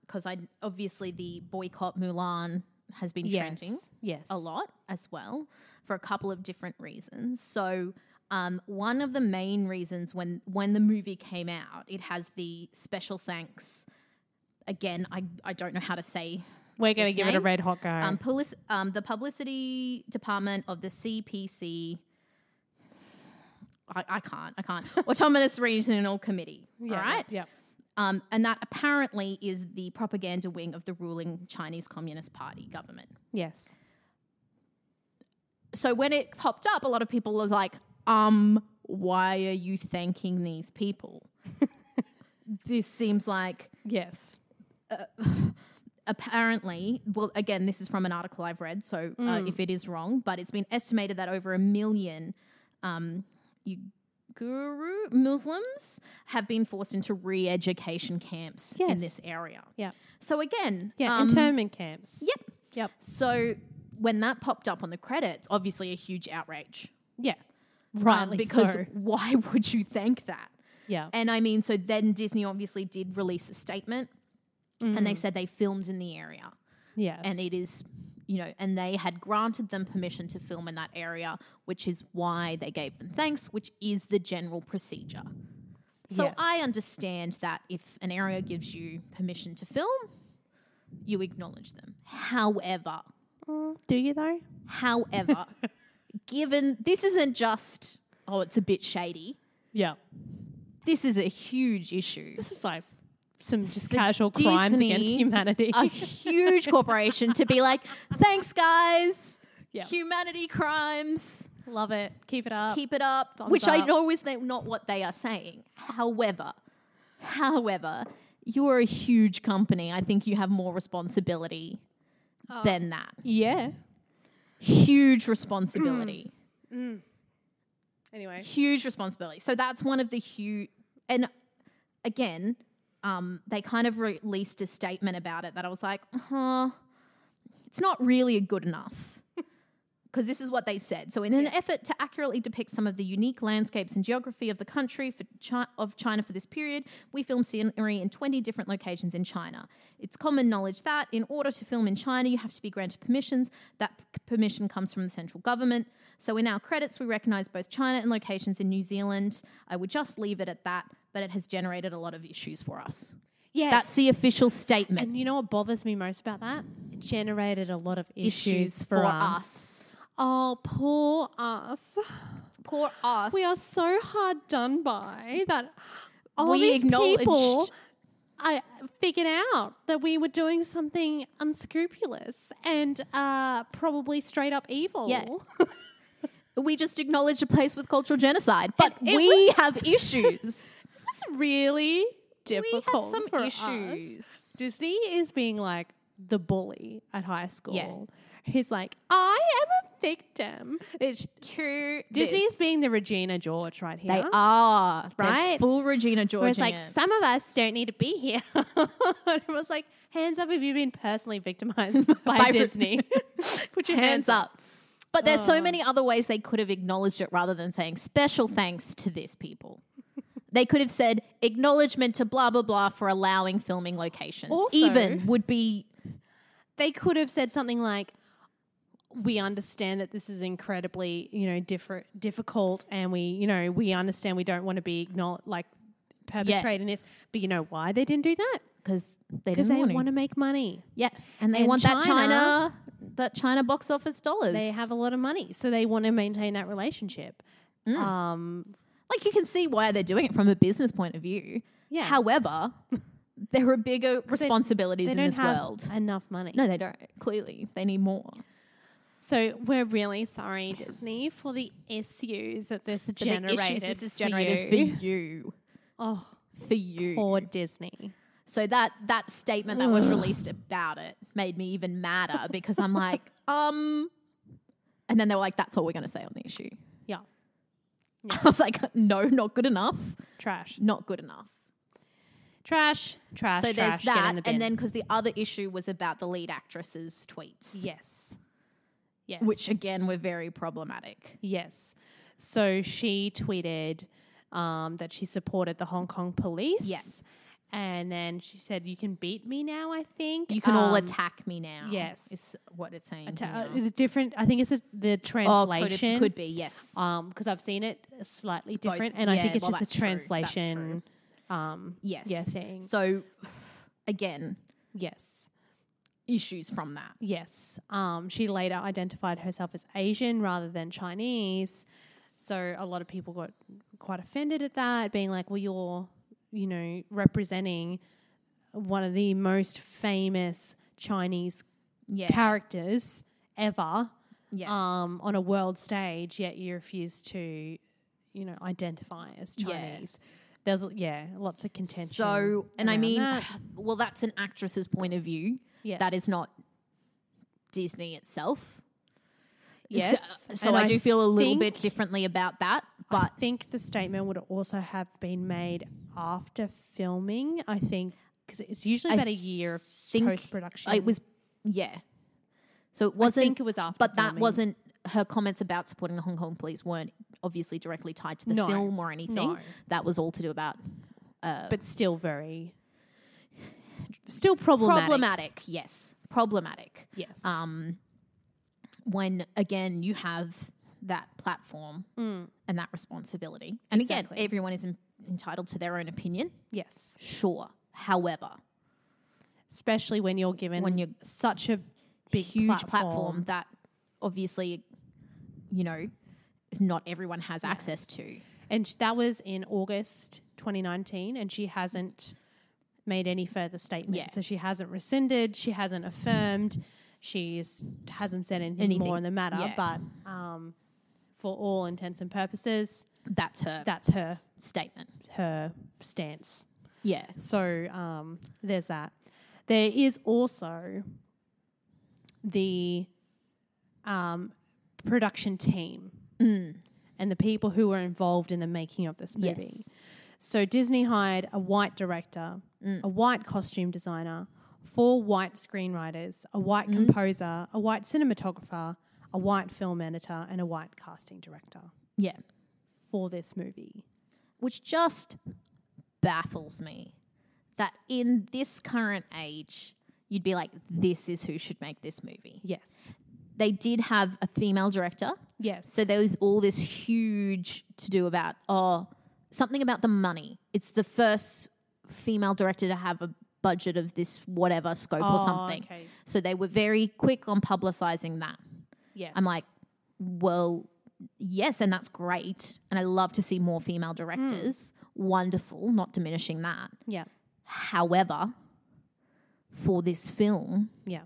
Speaker 4: because I obviously the boycott Mulan has been trending
Speaker 3: yes, yes,
Speaker 4: a lot as well for a couple of different reasons. So um, one of the main reasons when when the movie came out, it has the special thanks. Again, I, I don't know how to say
Speaker 3: We're going to
Speaker 4: Its
Speaker 3: give it a
Speaker 4: name?
Speaker 3: red hot go.
Speaker 4: um, polic- um, the publicity department of the CPC. I, I can't, I can't. Autonomous Regional Committee.
Speaker 3: yeah,
Speaker 4: all right.
Speaker 3: Yep.
Speaker 4: Um, and that apparently is the propaganda wing of the ruling Chinese Communist Party government.
Speaker 3: Yes.
Speaker 4: So when it popped up, a lot of people was like, um, why are you thanking
Speaker 3: [laughs]
Speaker 4: these people? this seems like
Speaker 3: Yes.
Speaker 4: apparently, well, again, this is from an article I've read, so uh,
Speaker 3: Mm.
Speaker 4: if it is wrong, but it's been estimated that over a million um, Uiguru Muslims have been forced into re education camps in
Speaker 3: Yes.
Speaker 4: this area.
Speaker 3: Yeah.
Speaker 4: So, again,
Speaker 3: Yeah,
Speaker 4: um,
Speaker 3: internment camps.
Speaker 4: Yep.
Speaker 3: Yep.
Speaker 4: So, when that popped up on the credits, obviously a huge outrage.
Speaker 3: Yeah.
Speaker 4: um,
Speaker 3: Rightly
Speaker 4: because
Speaker 3: so. [laughs]
Speaker 4: why would you thank that?
Speaker 3: Yeah.
Speaker 4: And I mean, so then Disney obviously did release a statement and
Speaker 3: Mm.
Speaker 4: they said they filmed in the area
Speaker 3: yes.
Speaker 4: and it is, you know, and they had granted them permission to film in that area, which is why they gave them thanks, which is the general procedure. So
Speaker 3: Yes.
Speaker 4: I understand that if an area gives you permission to film, you acknowledge them. However,
Speaker 3: Do you though? [laughs]
Speaker 4: however, given this isn't just, oh, it's a bit shady.
Speaker 3: Yeah.
Speaker 4: This is a huge issue.
Speaker 3: This is like some just casual crimes against
Speaker 4: Disney
Speaker 3: humanity.
Speaker 4: a huge corporation to be like, thanks, guys.
Speaker 3: Yeah.
Speaker 4: Humanity crimes.
Speaker 3: [laughs] Love it. Keep it up.
Speaker 4: Keep it up.
Speaker 3: Thumbs
Speaker 4: which I
Speaker 3: up.
Speaker 4: know is they- not what they are saying. However, however, you are a huge company. I think you have more responsibility
Speaker 3: Uh,
Speaker 4: than that.
Speaker 3: yeah.
Speaker 4: Huge
Speaker 3: mm.
Speaker 4: responsibility.
Speaker 3: Anyway.
Speaker 4: huge responsibility. So that's one of the huge. And again, um, they kind of released a statement about it that I was like, huh, it's not really good enough. Because this is what they said. So, in an effort to accurately depict some of the unique landscapes and geography of the country for Chi- of China for this period, we filmed scenery in 20 different locations in China. It's common knowledge that in order to film in China, you have to be granted permissions. That p- permission comes from the central government. So, in our credits, we recognise both China and locations in New Zealand. I would just leave it at that, but it has generated a lot of issues for us.
Speaker 3: Yes.
Speaker 4: That's the official statement.
Speaker 3: and you know what bothers me most about that? It generated a lot of issues, for, us.
Speaker 4: us.
Speaker 3: Oh, poor us.
Speaker 4: Poor us.
Speaker 3: We are so hard done by that all
Speaker 4: We
Speaker 3: these
Speaker 4: acknowledged-
Speaker 3: people I figured out that we were doing something unscrupulous and uh, probably straight up evil.
Speaker 4: Yeah. we just acknowledged a place with cultural genocide, but
Speaker 3: And it
Speaker 4: we
Speaker 3: was-
Speaker 4: [laughs] have
Speaker 3: [laughs]
Speaker 4: issues.
Speaker 3: it's really
Speaker 4: we
Speaker 3: difficult
Speaker 4: have some
Speaker 3: for us.
Speaker 4: issues.
Speaker 3: Disney is being like the bully at high school. He's like, I am a victim. It's
Speaker 4: True.
Speaker 3: Disney is being the Regina George right here.
Speaker 4: They are They're
Speaker 3: Right?
Speaker 4: Full Regina George.
Speaker 3: Where it's like, some of us don't need to be here. [laughs] and it was like, hands up if you've been personally victimized [laughs] by,
Speaker 4: By Re-
Speaker 3: Disney. Put your
Speaker 4: hands
Speaker 3: hands, up.
Speaker 4: up. But there's so many other ways they could have acknowledged it rather than saying special thanks to this people. they could have said acknowledgement to blah blah blah for allowing filming locations.
Speaker 3: Also-
Speaker 4: Even would be
Speaker 3: They could have said something like, we understand that this is incredibly, you know, different, difficult, and we, you know, we understand we don't want to be acknowl- like perpetrating this. But you know why they didn't do that?
Speaker 4: because they
Speaker 3: Because
Speaker 4: didn't
Speaker 3: they
Speaker 4: want to.
Speaker 3: want to make money.
Speaker 4: Yeah, and they
Speaker 3: And
Speaker 4: want that
Speaker 3: China-
Speaker 4: China that China box office dollars.
Speaker 3: They have a lot of money, so they want to maintain that relationship. Um,
Speaker 4: like you can see why they're doing it from a business point of view.
Speaker 3: Yeah.
Speaker 4: However,
Speaker 3: [laughs]
Speaker 4: there are bigger responsibilities
Speaker 3: they
Speaker 4: in
Speaker 3: don't
Speaker 4: this
Speaker 3: have
Speaker 4: world.
Speaker 3: enough money.
Speaker 4: No, they don't. Clearly, they need more.
Speaker 3: So we're really sorry, Disney, for the issues that this
Speaker 4: The big issues
Speaker 3: generated.
Speaker 4: This is
Speaker 3: for
Speaker 4: generated for
Speaker 3: you.
Speaker 4: you.
Speaker 3: Oh,
Speaker 4: For you.
Speaker 3: poor Disney.
Speaker 4: So that that statement that was released about it made me even madder because I'm like, [laughs] um, and then they were like, "That's all we're going to say on the issue."
Speaker 3: Yeah,
Speaker 4: [laughs] I was like, "No, not good enough.
Speaker 3: trash,
Speaker 4: Not good enough."
Speaker 3: trash, trash.
Speaker 4: so there's
Speaker 3: trash, get in
Speaker 4: that,
Speaker 3: the bin.
Speaker 4: and then because the other issue was about the lead actress's tweets,
Speaker 3: yes, yes,
Speaker 4: which again were very problematic.
Speaker 3: yes. So she tweeted um, that she supported the Hong Kong police.
Speaker 4: Yeah.
Speaker 3: and then she said, "You can beat me now." I think
Speaker 4: You can all
Speaker 3: Um,
Speaker 4: attack me now.
Speaker 3: yes.
Speaker 4: is what it's saying.
Speaker 3: ta-
Speaker 4: here.
Speaker 3: uh, is it different? I think it's a, the
Speaker 4: Oh, could, it-
Speaker 3: translation.
Speaker 4: could be yes.
Speaker 3: Um, because I've seen it slightly
Speaker 4: Both.
Speaker 3: different, and I
Speaker 4: Yeah,
Speaker 3: think it's
Speaker 4: well,
Speaker 3: just
Speaker 4: that's
Speaker 3: a
Speaker 4: true. That's
Speaker 3: translation. Um,
Speaker 4: yes.
Speaker 3: yeah, saying-
Speaker 4: So again,
Speaker 3: yes,
Speaker 4: issues from that.
Speaker 3: yes. Um, she later identified herself as Asian rather than Chinese, so a lot of people got quite offended at that, being like, "Well, you're, you know, representing one of the most famous Chinese
Speaker 4: Yeah.
Speaker 3: characters ever."
Speaker 4: yeah.
Speaker 3: um, on a world stage, yet you refuse to, you know, identify as
Speaker 4: Yeah.
Speaker 3: Chinese. There's yeah, lots of contention.
Speaker 4: So, and I
Speaker 3: around
Speaker 4: mean,
Speaker 3: that.
Speaker 4: [sighs] well, that's an actress's point of view.
Speaker 3: yes.
Speaker 4: That is not Disney itself. So-
Speaker 3: yes.
Speaker 4: So,
Speaker 3: and
Speaker 4: I, do feel a little
Speaker 3: think-
Speaker 4: bit differently about that.
Speaker 3: I
Speaker 4: But
Speaker 3: think the statement would also have been made after filming. I think because it's usually
Speaker 4: I
Speaker 3: about a year of
Speaker 4: think
Speaker 3: post production.
Speaker 4: it was, yeah. So it
Speaker 3: I
Speaker 4: wasn't.
Speaker 3: think it was after,
Speaker 4: but that
Speaker 3: filming.
Speaker 4: wasn't her comments about supporting the Hong Kong police weren't obviously directly tied to the
Speaker 3: No.
Speaker 4: film or anything.
Speaker 3: No.
Speaker 4: That was all to do about uh,
Speaker 3: but still very, still problematic.
Speaker 4: problematic. Yes, problematic.
Speaker 3: Yes.
Speaker 4: um, when again you have that platform and that responsibility. And
Speaker 3: Mm. Exactly.
Speaker 4: again, everyone is en- entitled to their own opinion,
Speaker 3: yes.
Speaker 4: sure. However,
Speaker 3: Especially when you're given
Speaker 4: When you're
Speaker 3: such a big
Speaker 4: huge platform. that obviously, you know, not everyone has access to.
Speaker 3: and sh- that was in August 2019, and she hasn't made any further statement.
Speaker 4: Yeah.
Speaker 3: So she hasn't rescinded, she hasn't affirmed, she's hasn't said anything,
Speaker 4: Anything.
Speaker 3: more on the matter.
Speaker 4: Yeah.
Speaker 3: But um, for all intents and purposes,
Speaker 4: That's her
Speaker 3: that's her
Speaker 4: statement.
Speaker 3: her stance.
Speaker 4: Yeah.
Speaker 3: So um, there's that. There is also the um, production team
Speaker 4: Mm.
Speaker 3: and the people who were involved in the making of this movie.
Speaker 4: Yes.
Speaker 3: So Disney hired a white director,
Speaker 4: Mm.
Speaker 3: a white costume designer, four white screenwriters, a white
Speaker 4: Mm.
Speaker 3: composer, a white cinematographer, a white film editor, and a white casting director
Speaker 4: Yeah.
Speaker 3: for this movie.
Speaker 4: Which just baffles me that in this current age, you'd be like, this is who should make this movie.
Speaker 3: Yes.
Speaker 4: They did have a female director.
Speaker 3: Yes.
Speaker 4: So there was all this huge to do about oh something about the money. It's the first female director to have a budget of this whatever scope or
Speaker 3: Oh,
Speaker 4: something.
Speaker 3: okay.
Speaker 4: So they were very quick on publicizing that.
Speaker 3: Yes.
Speaker 4: I'm like, well, yes, and that's great, and I love to see more female directors. Wonderful, not diminishing that.
Speaker 3: yeah,
Speaker 4: However, for this film,
Speaker 3: yeah.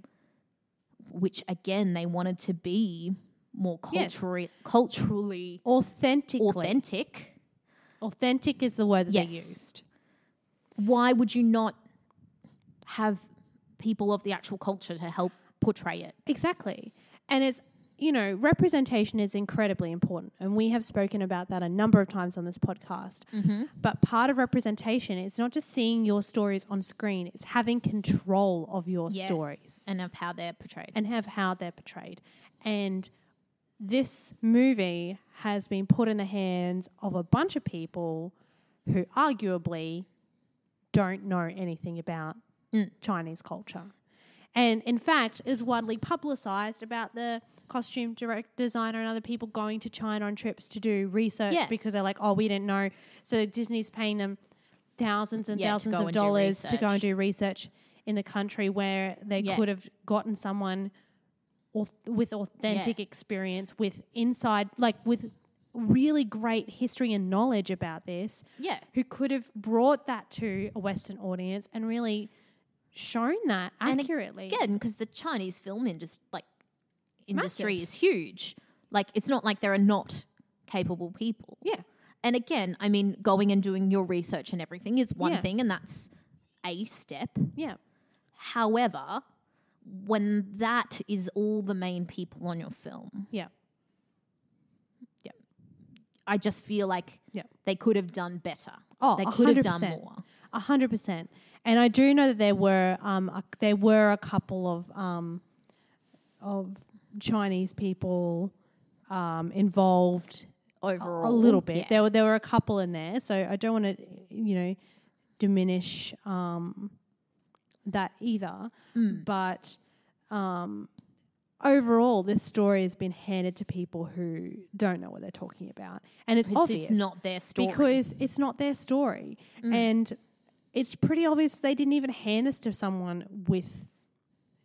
Speaker 4: which again they wanted to be more
Speaker 3: Yes.
Speaker 4: culturally culturally
Speaker 3: Authentically.
Speaker 4: authentic.
Speaker 3: Authentic is the word that
Speaker 4: Yes.
Speaker 3: they used.
Speaker 4: why would you not have people of the actual culture to help portray it?
Speaker 3: Exactly. And it's, you know, representation is incredibly important. And we have spoken about that a number of times on this podcast.
Speaker 4: Mm-hmm.
Speaker 3: But part of representation is not just seeing your stories on screen, it's having control of your
Speaker 4: Yeah.
Speaker 3: stories
Speaker 4: And of how they're portrayed.
Speaker 3: and have how they're portrayed. And this movie has been put in the hands of a bunch of people who arguably don't know anything about
Speaker 4: Mm.
Speaker 3: Chinese culture. And in fact, is widely publicized about the costume direct designer and other people going to China on trips to do research
Speaker 4: Yeah.
Speaker 3: because they're like, oh, we didn't know. So Disney's paying them thousands and
Speaker 4: Yeah, to
Speaker 3: thousands
Speaker 4: go
Speaker 3: of
Speaker 4: and do
Speaker 3: dollars to go and
Speaker 4: research.
Speaker 3: do research in the country where they
Speaker 4: Yeah.
Speaker 3: could have gotten someone auth- with authentic
Speaker 4: Yeah.
Speaker 3: experience, with inside, like with really great history and knowledge about this,
Speaker 4: Yeah.
Speaker 3: who could have brought that to a Western audience and really shown that
Speaker 4: And
Speaker 3: accurately.
Speaker 4: Again, because the Chinese film industry, like, industry
Speaker 3: Massive.
Speaker 4: is huge. Like, it's not like there are not capable people.
Speaker 3: yeah,
Speaker 4: And again, I mean, going and doing your research and everything is one
Speaker 3: Yeah.
Speaker 4: thing, and that's a step.
Speaker 3: yeah,
Speaker 4: However, when that is all the main people on your film,
Speaker 3: yeah,
Speaker 4: I just feel like
Speaker 3: Yeah.
Speaker 4: they could have done better.
Speaker 3: Oh,
Speaker 4: they could have done
Speaker 3: 100%.
Speaker 4: more.
Speaker 3: a hundred percent. And I do know that there were um a, there were a couple of um of Chinese people um involved
Speaker 4: overall.
Speaker 3: a little bit.
Speaker 4: Yeah.
Speaker 3: There were there were a couple in there, so I don't want to, you know, diminish um, that either. But um, overall, this story has been handed to people who don't know what they're talking about, and it's,
Speaker 4: It's,
Speaker 3: obvious
Speaker 4: it's not their story.
Speaker 3: because it's not their story, and it's pretty obvious they didn't even hand this to someone with.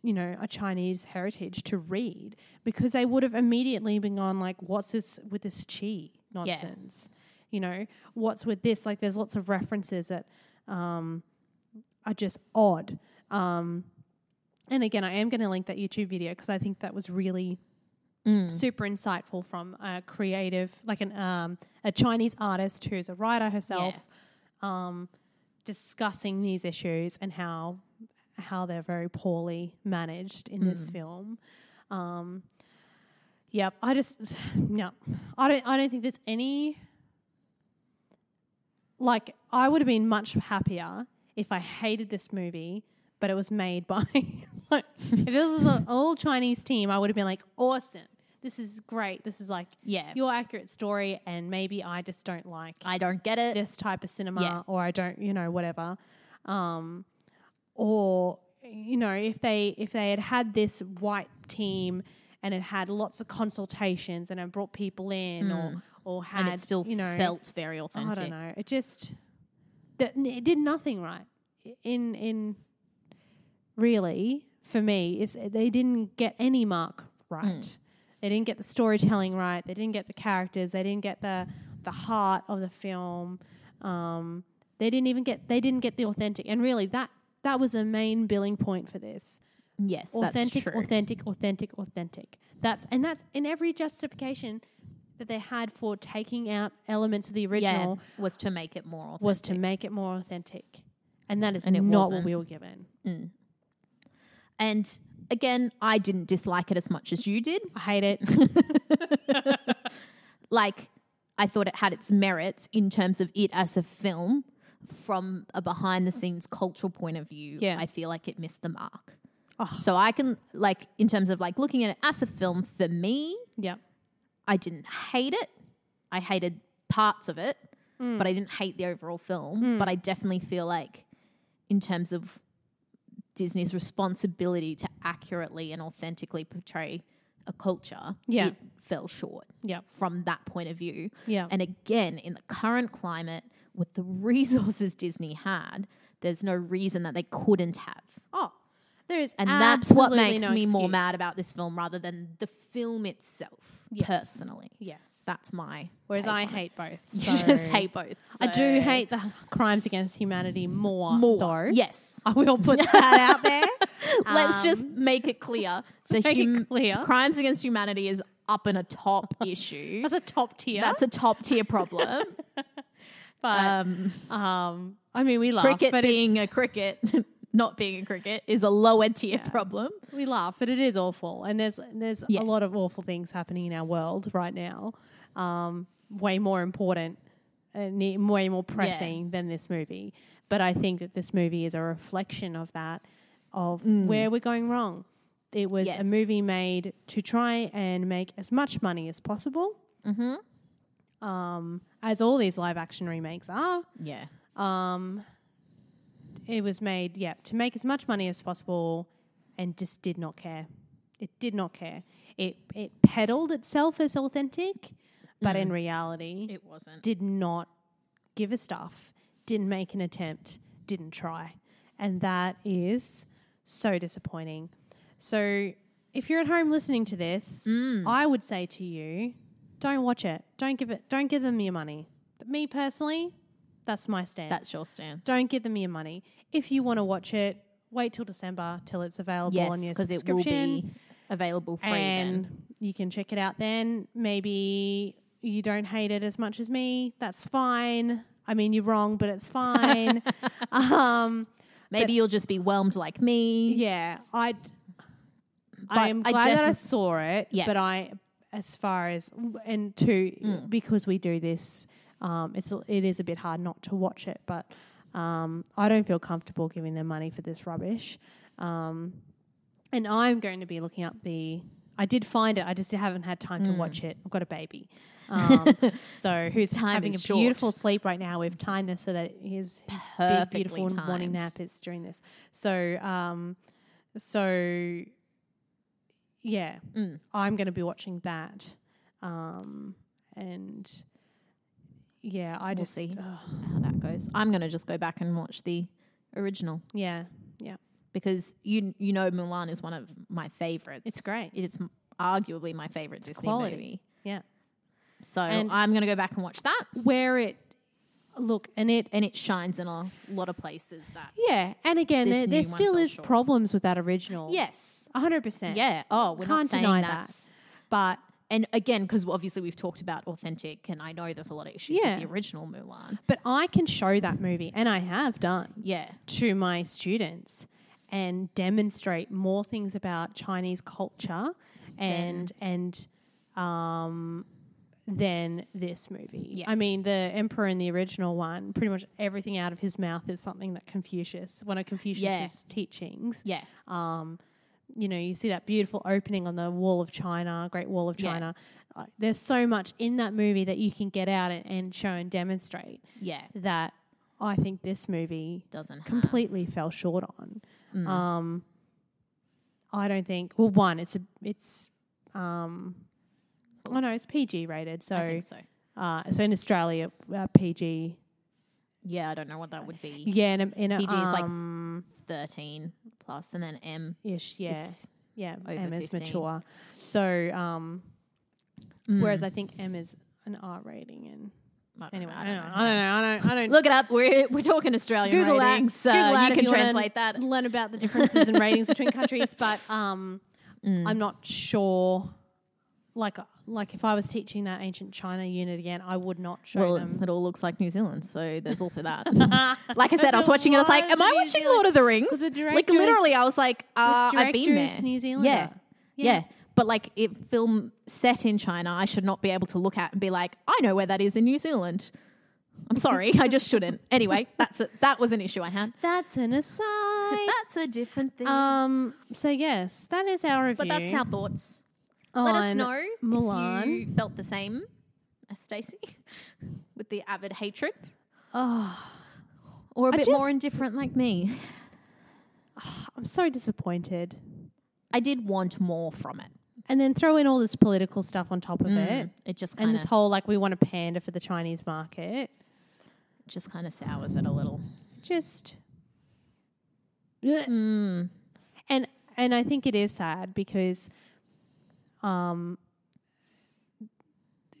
Speaker 3: You know, a Chinese heritage to read because they would have immediately been gone like, "What's this with this chi nonsense?" You know, what's with this? Like, there's lots of references that um, are just odd. Um, and again, I am going to link that YouTube video because I think that was really super insightful from a creative, like an um, a Chinese artist who's a writer herself,
Speaker 2: um,
Speaker 3: discussing these issues and how how they're very poorly managed in this film. Um, yep, I just [sighs] no, I don't. I don't think there's any. Like, I would have been much happier if I hated this movie, but it was made [laughs] by. like, if this was an all Chinese team, I would have been like, awesome. This is great. This is like
Speaker 4: Yeah.
Speaker 3: your accurate story, and maybe I just don't like
Speaker 4: I don't get it.
Speaker 3: this type of cinema
Speaker 4: Yeah.
Speaker 3: or I don't, you know, whatever. Um, or you know, if they if they had had this white team and it had lots of consultations and it brought people in or or had
Speaker 4: Hmm. and it still
Speaker 3: you know
Speaker 4: felt very
Speaker 3: I
Speaker 4: authentic.
Speaker 3: don't know it just that it did nothing right in in really for me is eh, they didn't get any mark right.
Speaker 4: Hmm.
Speaker 3: They didn't get the storytelling right. They didn't get the characters. They didn't get the the heart of the film. Um, they didn't even get they didn't get the authentic. And really, that that was a main billing point for this
Speaker 4: Yes,
Speaker 3: authentic,
Speaker 4: that's true.
Speaker 3: authentic, authentic, authentic. That's and that's in every justification that they had for taking out elements of the
Speaker 4: yeah,
Speaker 3: original
Speaker 4: was to make it more authentic.
Speaker 3: was to make it more authentic, and that is
Speaker 4: And it
Speaker 3: not
Speaker 4: wasn't.
Speaker 3: what we were given.
Speaker 4: and again, I didn't dislike it as much as you did.
Speaker 3: I hate
Speaker 4: [laughs]
Speaker 3: it.
Speaker 4: like I thought it had its merits in terms of it as a film from a behind the scenes cultural point of view.
Speaker 3: Yeah. Ah.
Speaker 4: I feel like it missed the mark. So I can like in terms of like looking at it as a film for me,
Speaker 3: [laughs] yeah,
Speaker 4: I didn't hate it. I hated parts of it,
Speaker 3: Mm.
Speaker 4: but I didn't hate the overall film. But I definitely feel like, in terms of Disney's responsibility to accurately and authentically portray a culture,
Speaker 3: Yeah.
Speaker 4: it fell short
Speaker 3: yeah,
Speaker 4: from that point of view.
Speaker 3: yeah,
Speaker 4: And again, in the current climate, with the [laughs] resources Disney had, there's no reason that they couldn't have.
Speaker 3: oh, there is,
Speaker 4: And that's what
Speaker 3: absolutely
Speaker 4: makes
Speaker 3: no
Speaker 4: me more
Speaker 3: excuse.
Speaker 4: mad about this film rather than the film itself,
Speaker 3: Yes.
Speaker 4: personally.
Speaker 3: Yes,
Speaker 4: That's my.
Speaker 3: whereas
Speaker 4: take
Speaker 3: I
Speaker 4: on it.
Speaker 3: hate both.
Speaker 4: [laughs] You just
Speaker 3: so-
Speaker 4: hate both.
Speaker 3: I do hate the crimes against humanity more.
Speaker 4: more.
Speaker 3: though.
Speaker 4: Yes.
Speaker 3: I will
Speaker 4: [laughs]
Speaker 3: put that out there.
Speaker 4: Let's
Speaker 3: Um,
Speaker 4: just make it clear.
Speaker 3: [laughs]
Speaker 4: The
Speaker 3: make it clear.
Speaker 4: crimes against humanity is up in
Speaker 3: [laughs]
Speaker 4: a top issue.
Speaker 3: That's a top tier.
Speaker 4: That's a top tier problem.
Speaker 3: [laughs] but
Speaker 4: um,
Speaker 3: um, I mean, we laugh,
Speaker 4: cricket
Speaker 3: but
Speaker 4: being a cricket, [laughs] not being a cricket, is a lower tier problem.
Speaker 3: it's, we laugh, but it is awful, and there's there's a
Speaker 4: Yeah.
Speaker 3: lot of awful things happening in our world right now. Um, way more important and ne- way more pressing than this movie. But I think that this movie is a reflection of that, of where we're going wrong. It was
Speaker 4: Mm. Yes.
Speaker 3: a movie made to try and make as much money as possible. Mm-hmm. Um, as all these live action remakes are.
Speaker 4: Yeah.
Speaker 3: Um, it was made, yeah, to make as much money as possible, and just did not care. It did not care. It it peddled itself as authentic, but in reality,
Speaker 4: Mm. It wasn't.
Speaker 3: did not give a stuff. Didn't make an attempt. Didn't try, and that is so disappointing. So, if you're at home listening to this,
Speaker 4: Mm.
Speaker 3: I would say to you, don't watch it. Don't give it. Don't give them your money. But me personally, that's my stance.
Speaker 4: That's your stance.
Speaker 3: Don't give them your money. If you want to watch it, wait till December till it's available
Speaker 4: yes,
Speaker 3: on your
Speaker 4: because it will
Speaker 3: subscription,
Speaker 4: be available free
Speaker 3: and
Speaker 4: then.
Speaker 3: you can check it out then. Maybe you don't hate it as much as me. That's fine. I mean, you're wrong, but it's [laughs] fine. um,
Speaker 4: Maybe you'll just be whelmed like me.
Speaker 3: yeah, I.
Speaker 4: But
Speaker 3: I am
Speaker 4: I
Speaker 3: glad that I
Speaker 4: definite-
Speaker 3: saw it,
Speaker 4: Yeah.
Speaker 3: but I, as far as and two,
Speaker 4: Mm.
Speaker 3: because we do this, um, it's a- it is a bit hard not to watch it, but um, I don't feel comfortable giving them money for this rubbish, um, and I'm going to be looking up the. I did find it. I just haven't had time
Speaker 4: Mm.
Speaker 3: to watch it. I've got a
Speaker 4: [laughs]
Speaker 3: baby, um, so who's
Speaker 4: Time
Speaker 3: having a
Speaker 4: is
Speaker 3: beautiful
Speaker 4: short.
Speaker 3: sleep right now. We've timed this so that his big,
Speaker 4: Perfectly
Speaker 3: beautiful morning
Speaker 4: timed.
Speaker 3: nap is during this. So, um, so yeah,
Speaker 4: Mm.
Speaker 3: I'm going to be watching that, um, and yeah, I
Speaker 4: We'll
Speaker 3: just
Speaker 4: see.
Speaker 3: ugh,
Speaker 4: How that goes. I'm going to just go back and watch the original
Speaker 3: yeah,
Speaker 4: because you you know Mulan is one of my favorites.
Speaker 3: It's great.
Speaker 4: It is m- arguably my favorite Disney
Speaker 3: quality.
Speaker 4: movie.
Speaker 3: yeah.
Speaker 4: So
Speaker 3: And-
Speaker 4: I'm going to go back and watch that
Speaker 3: Where it look and it
Speaker 4: and it shines in a lot of places that
Speaker 3: yeah, and again,
Speaker 4: This
Speaker 3: there,
Speaker 4: new
Speaker 3: there
Speaker 4: one
Speaker 3: still
Speaker 4: fell
Speaker 3: is
Speaker 4: short.
Speaker 3: problems with that original.
Speaker 4: Yes.
Speaker 3: hundred percent.
Speaker 4: Yeah. Oh, we're
Speaker 3: Can't
Speaker 4: not saying
Speaker 3: deny that.
Speaker 4: that's
Speaker 3: but
Speaker 4: and again, because obviously we've talked about authentic, and I know there's a lot of issues
Speaker 3: Yeah.
Speaker 4: with the original Mulan.
Speaker 3: But I can show that movie, and I have done
Speaker 4: Yeah,
Speaker 3: to my students and demonstrate more things about Chinese culture and and um than this movie.
Speaker 4: Yeah.
Speaker 3: I mean the emperor in the original one, pretty much everything out of his mouth is something that Confucius, one of Confucius's teachings.
Speaker 4: yeah,
Speaker 3: Um you know, you see that beautiful opening on the wall of China, Great Wall of
Speaker 4: Yeah.
Speaker 3: China. Uh, there's so much in that movie that you can get out and, and show and demonstrate
Speaker 4: yeah.
Speaker 3: that I think this movie
Speaker 4: Doesn't have.
Speaker 3: completely fell short on.
Speaker 4: Mm.
Speaker 3: Um, I don't think. Well, one, it's a it's. Um, oh no, it's PG rated. So,
Speaker 4: I think so.
Speaker 3: Uh, so in Australia, uh, PG.
Speaker 4: Yeah, I don't know what that would be.
Speaker 3: Yeah, in a, in a
Speaker 4: PG is like-
Speaker 3: um,
Speaker 4: Thirteen plus, and then M.
Speaker 3: ish. Yeah, yeah.
Speaker 4: over
Speaker 3: M is
Speaker 4: 15.
Speaker 3: mature. So, um,
Speaker 4: Mm.
Speaker 3: whereas I think M is an R rating. And
Speaker 4: I don't
Speaker 3: anyway,
Speaker 4: know,
Speaker 3: I don't know. I don't know. I don't. I don't
Speaker 4: Look it up. We're we're talking Australian
Speaker 3: Google that.
Speaker 4: ratings. so
Speaker 3: Google that
Speaker 4: you
Speaker 3: if
Speaker 4: can
Speaker 3: wanna
Speaker 4: translate that.
Speaker 3: Learn about the differences in ratings between countries, but um, I'm not sure. Like, like if I was teaching that ancient China unit again, I would not show
Speaker 4: Well,
Speaker 3: them.
Speaker 4: it all looks like New Zealand, so there's
Speaker 3: [laughs]
Speaker 4: also that. like I said, I was watching it. I was like,
Speaker 3: was
Speaker 4: "Am I
Speaker 3: New
Speaker 4: watching
Speaker 3: Zealand.
Speaker 4: Lord of the Rings?"
Speaker 3: the
Speaker 4: like
Speaker 3: director is-
Speaker 4: literally, I was like, uh, "I've been
Speaker 3: director is
Speaker 4: there."
Speaker 3: New
Speaker 4: Zealand,
Speaker 3: Zealander.
Speaker 4: Yeah. yeah,
Speaker 3: Yeah.
Speaker 4: But like, it film set in China, I should not be able to look at and be like, "I know where that is in New Zealand." I'm sorry, I just shouldn't. Anyway, that's a, that was an issue I had.
Speaker 3: That's an aside.
Speaker 4: That's a different
Speaker 3: [laughs]
Speaker 4: thing.
Speaker 3: um. So yes, that is our review.
Speaker 4: but that's our thoughts. Let us
Speaker 3: on
Speaker 4: know if
Speaker 3: Mulan.
Speaker 4: you felt the same as Stacey [laughs] with the avid hatred.
Speaker 3: Oh,
Speaker 4: Or a
Speaker 3: I
Speaker 4: bit more
Speaker 3: just-
Speaker 4: indifferent like me.
Speaker 3: I'm so disappointed.
Speaker 4: I did want more from it.
Speaker 3: And then throw in all this political stuff on top of it,
Speaker 4: It just
Speaker 3: and
Speaker 4: kind
Speaker 3: this
Speaker 4: of
Speaker 3: whole like we want a panda for the Chinese market.
Speaker 4: just kind of sours it a little.
Speaker 3: just Mm. and and I think it is sad because um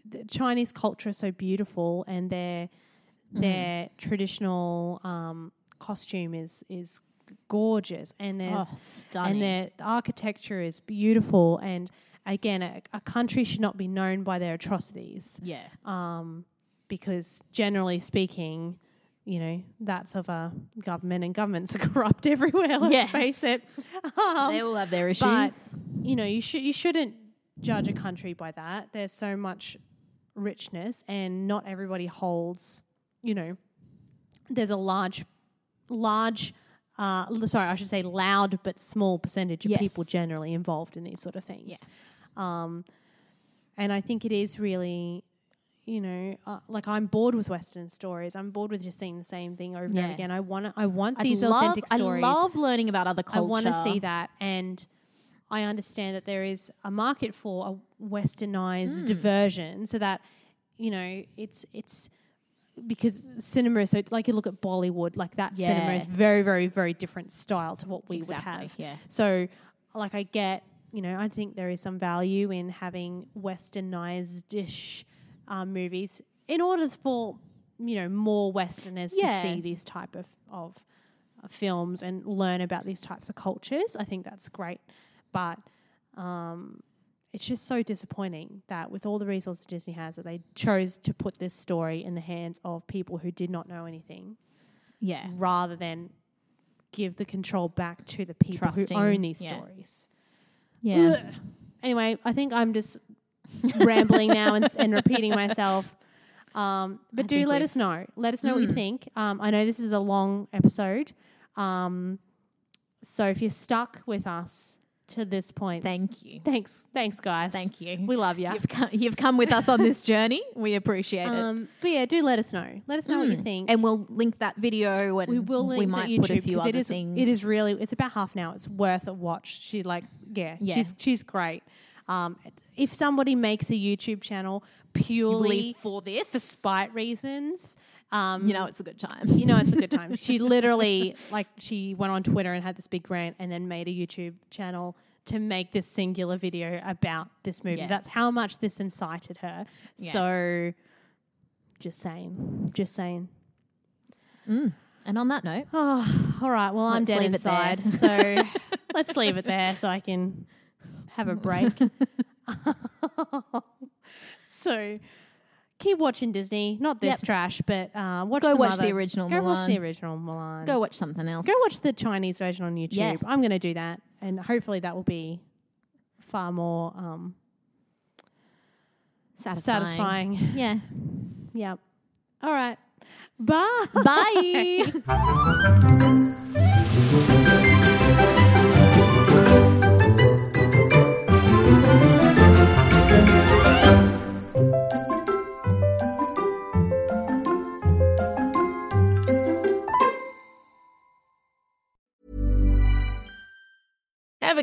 Speaker 3: the Chinese culture is so beautiful and their their traditional um costume is is gorgeous and there's
Speaker 4: Oh,
Speaker 3: and
Speaker 4: stunning.
Speaker 3: their the architecture is beautiful and again a, a country should not be known by their atrocities
Speaker 4: yeah.
Speaker 3: because generally speaking, you know, that's of a government and governments are [laughs] corrupt everywhere, let's
Speaker 4: Yeah.
Speaker 3: face it.
Speaker 4: they all have their
Speaker 3: but-
Speaker 4: issues.
Speaker 3: You know, you should you shouldn't judge a country by that. There's so much richness and not everybody holds, you know, there's a large large uh, l- sorry, I should say loud but small percentage of people
Speaker 4: Yes.
Speaker 3: generally involved in these sort of things. Um, and I think it is really, you know, uh, like I'm bored with Western stories. I'm bored with just seeing the same thing over and
Speaker 4: Yeah.
Speaker 3: over again. I want I want
Speaker 4: I'd
Speaker 3: these
Speaker 4: love-
Speaker 3: authentic stories.
Speaker 4: I love learning about other
Speaker 3: I
Speaker 4: culture.
Speaker 3: want to see that, and I understand that there is a market for a westernized
Speaker 4: Hmm.
Speaker 3: diversion, so that you know it's it's because cinema is so like you look at Bollywood, like that cinema
Speaker 4: Yeah.
Speaker 3: is very very very different style to what we
Speaker 4: Exactly.
Speaker 3: would have.
Speaker 4: Yeah.
Speaker 3: So, like, I get, you know, I think there is some value in having westernized dish um, movies in order for, you know, more westerners
Speaker 4: Yeah.
Speaker 3: to see these type of, of uh, films and learn about these types of cultures. I think that's great. But um, it's just so disappointing that with all the resources Disney has, that they chose to put this story in the hands of people who did not know anything
Speaker 4: Yeah.
Speaker 3: rather than give the control back to the people
Speaker 4: Trusting,
Speaker 3: who own these
Speaker 4: yeah.
Speaker 3: stories.
Speaker 4: Yeah.
Speaker 3: Ugh. Anyway, I think I'm just [laughs] rambling now and, s- and repeating myself. Um, but
Speaker 4: I
Speaker 3: do
Speaker 4: think Mm.
Speaker 3: let
Speaker 4: we've-
Speaker 3: us know. Let us know what you think. Um, I know this is a long episode. Um, so if you're stuck with us to this point,
Speaker 4: Thank you.
Speaker 3: thanks. Thanks, guys.
Speaker 4: Thank you.
Speaker 3: We love you.
Speaker 4: You've come, you've come with us on this journey. We appreciate it. Mm.
Speaker 3: Um, but yeah, do let us know. Let us know what you think.
Speaker 4: And we'll link that video and
Speaker 3: we will link
Speaker 4: we might
Speaker 3: the
Speaker 4: put a
Speaker 3: YouTube
Speaker 4: few
Speaker 3: because
Speaker 4: other
Speaker 3: it is
Speaker 4: things.
Speaker 3: it is really it's about half an hour. It's worth a watch. She like yeah,
Speaker 4: Yeah.
Speaker 3: she's she's great. Um, if somebody makes a YouTube channel purely
Speaker 4: really for this.
Speaker 3: for spite reasons, um,
Speaker 4: mm. you know, it's a good time.
Speaker 3: you know it's a good
Speaker 4: [laughs]
Speaker 3: time. she literally like she went on Twitter and had this big rant and then made a YouTube channel to make this singular video about this movie.
Speaker 4: Yeah.
Speaker 3: That's how much this incited her.
Speaker 4: Yeah.
Speaker 3: So just saying, just saying.
Speaker 4: And on that note,
Speaker 3: Oh, all right. Well, I'm
Speaker 4: Let's
Speaker 3: dead
Speaker 4: leave it there.
Speaker 3: inside, [laughs]
Speaker 4: [laughs]
Speaker 3: so let's leave it there so I can have a break.
Speaker 2: so
Speaker 3: Keep watching Disney. Not this
Speaker 4: Yep.
Speaker 3: trash, but uh, watch
Speaker 4: Go
Speaker 3: some
Speaker 4: watch the
Speaker 3: other-
Speaker 4: original
Speaker 3: Go watch the
Speaker 4: Mulan.
Speaker 3: original Milan.
Speaker 4: Go watch something else.
Speaker 3: Go watch the Chinese version on YouTube.
Speaker 4: Yeah.
Speaker 3: I'm going to do that, and hopefully that will be far more um,
Speaker 4: Satisfying.
Speaker 3: satisfying. [laughs]
Speaker 4: Yeah.
Speaker 3: yep. All right. Bye.
Speaker 4: [laughs] Bye.
Speaker 5: Ever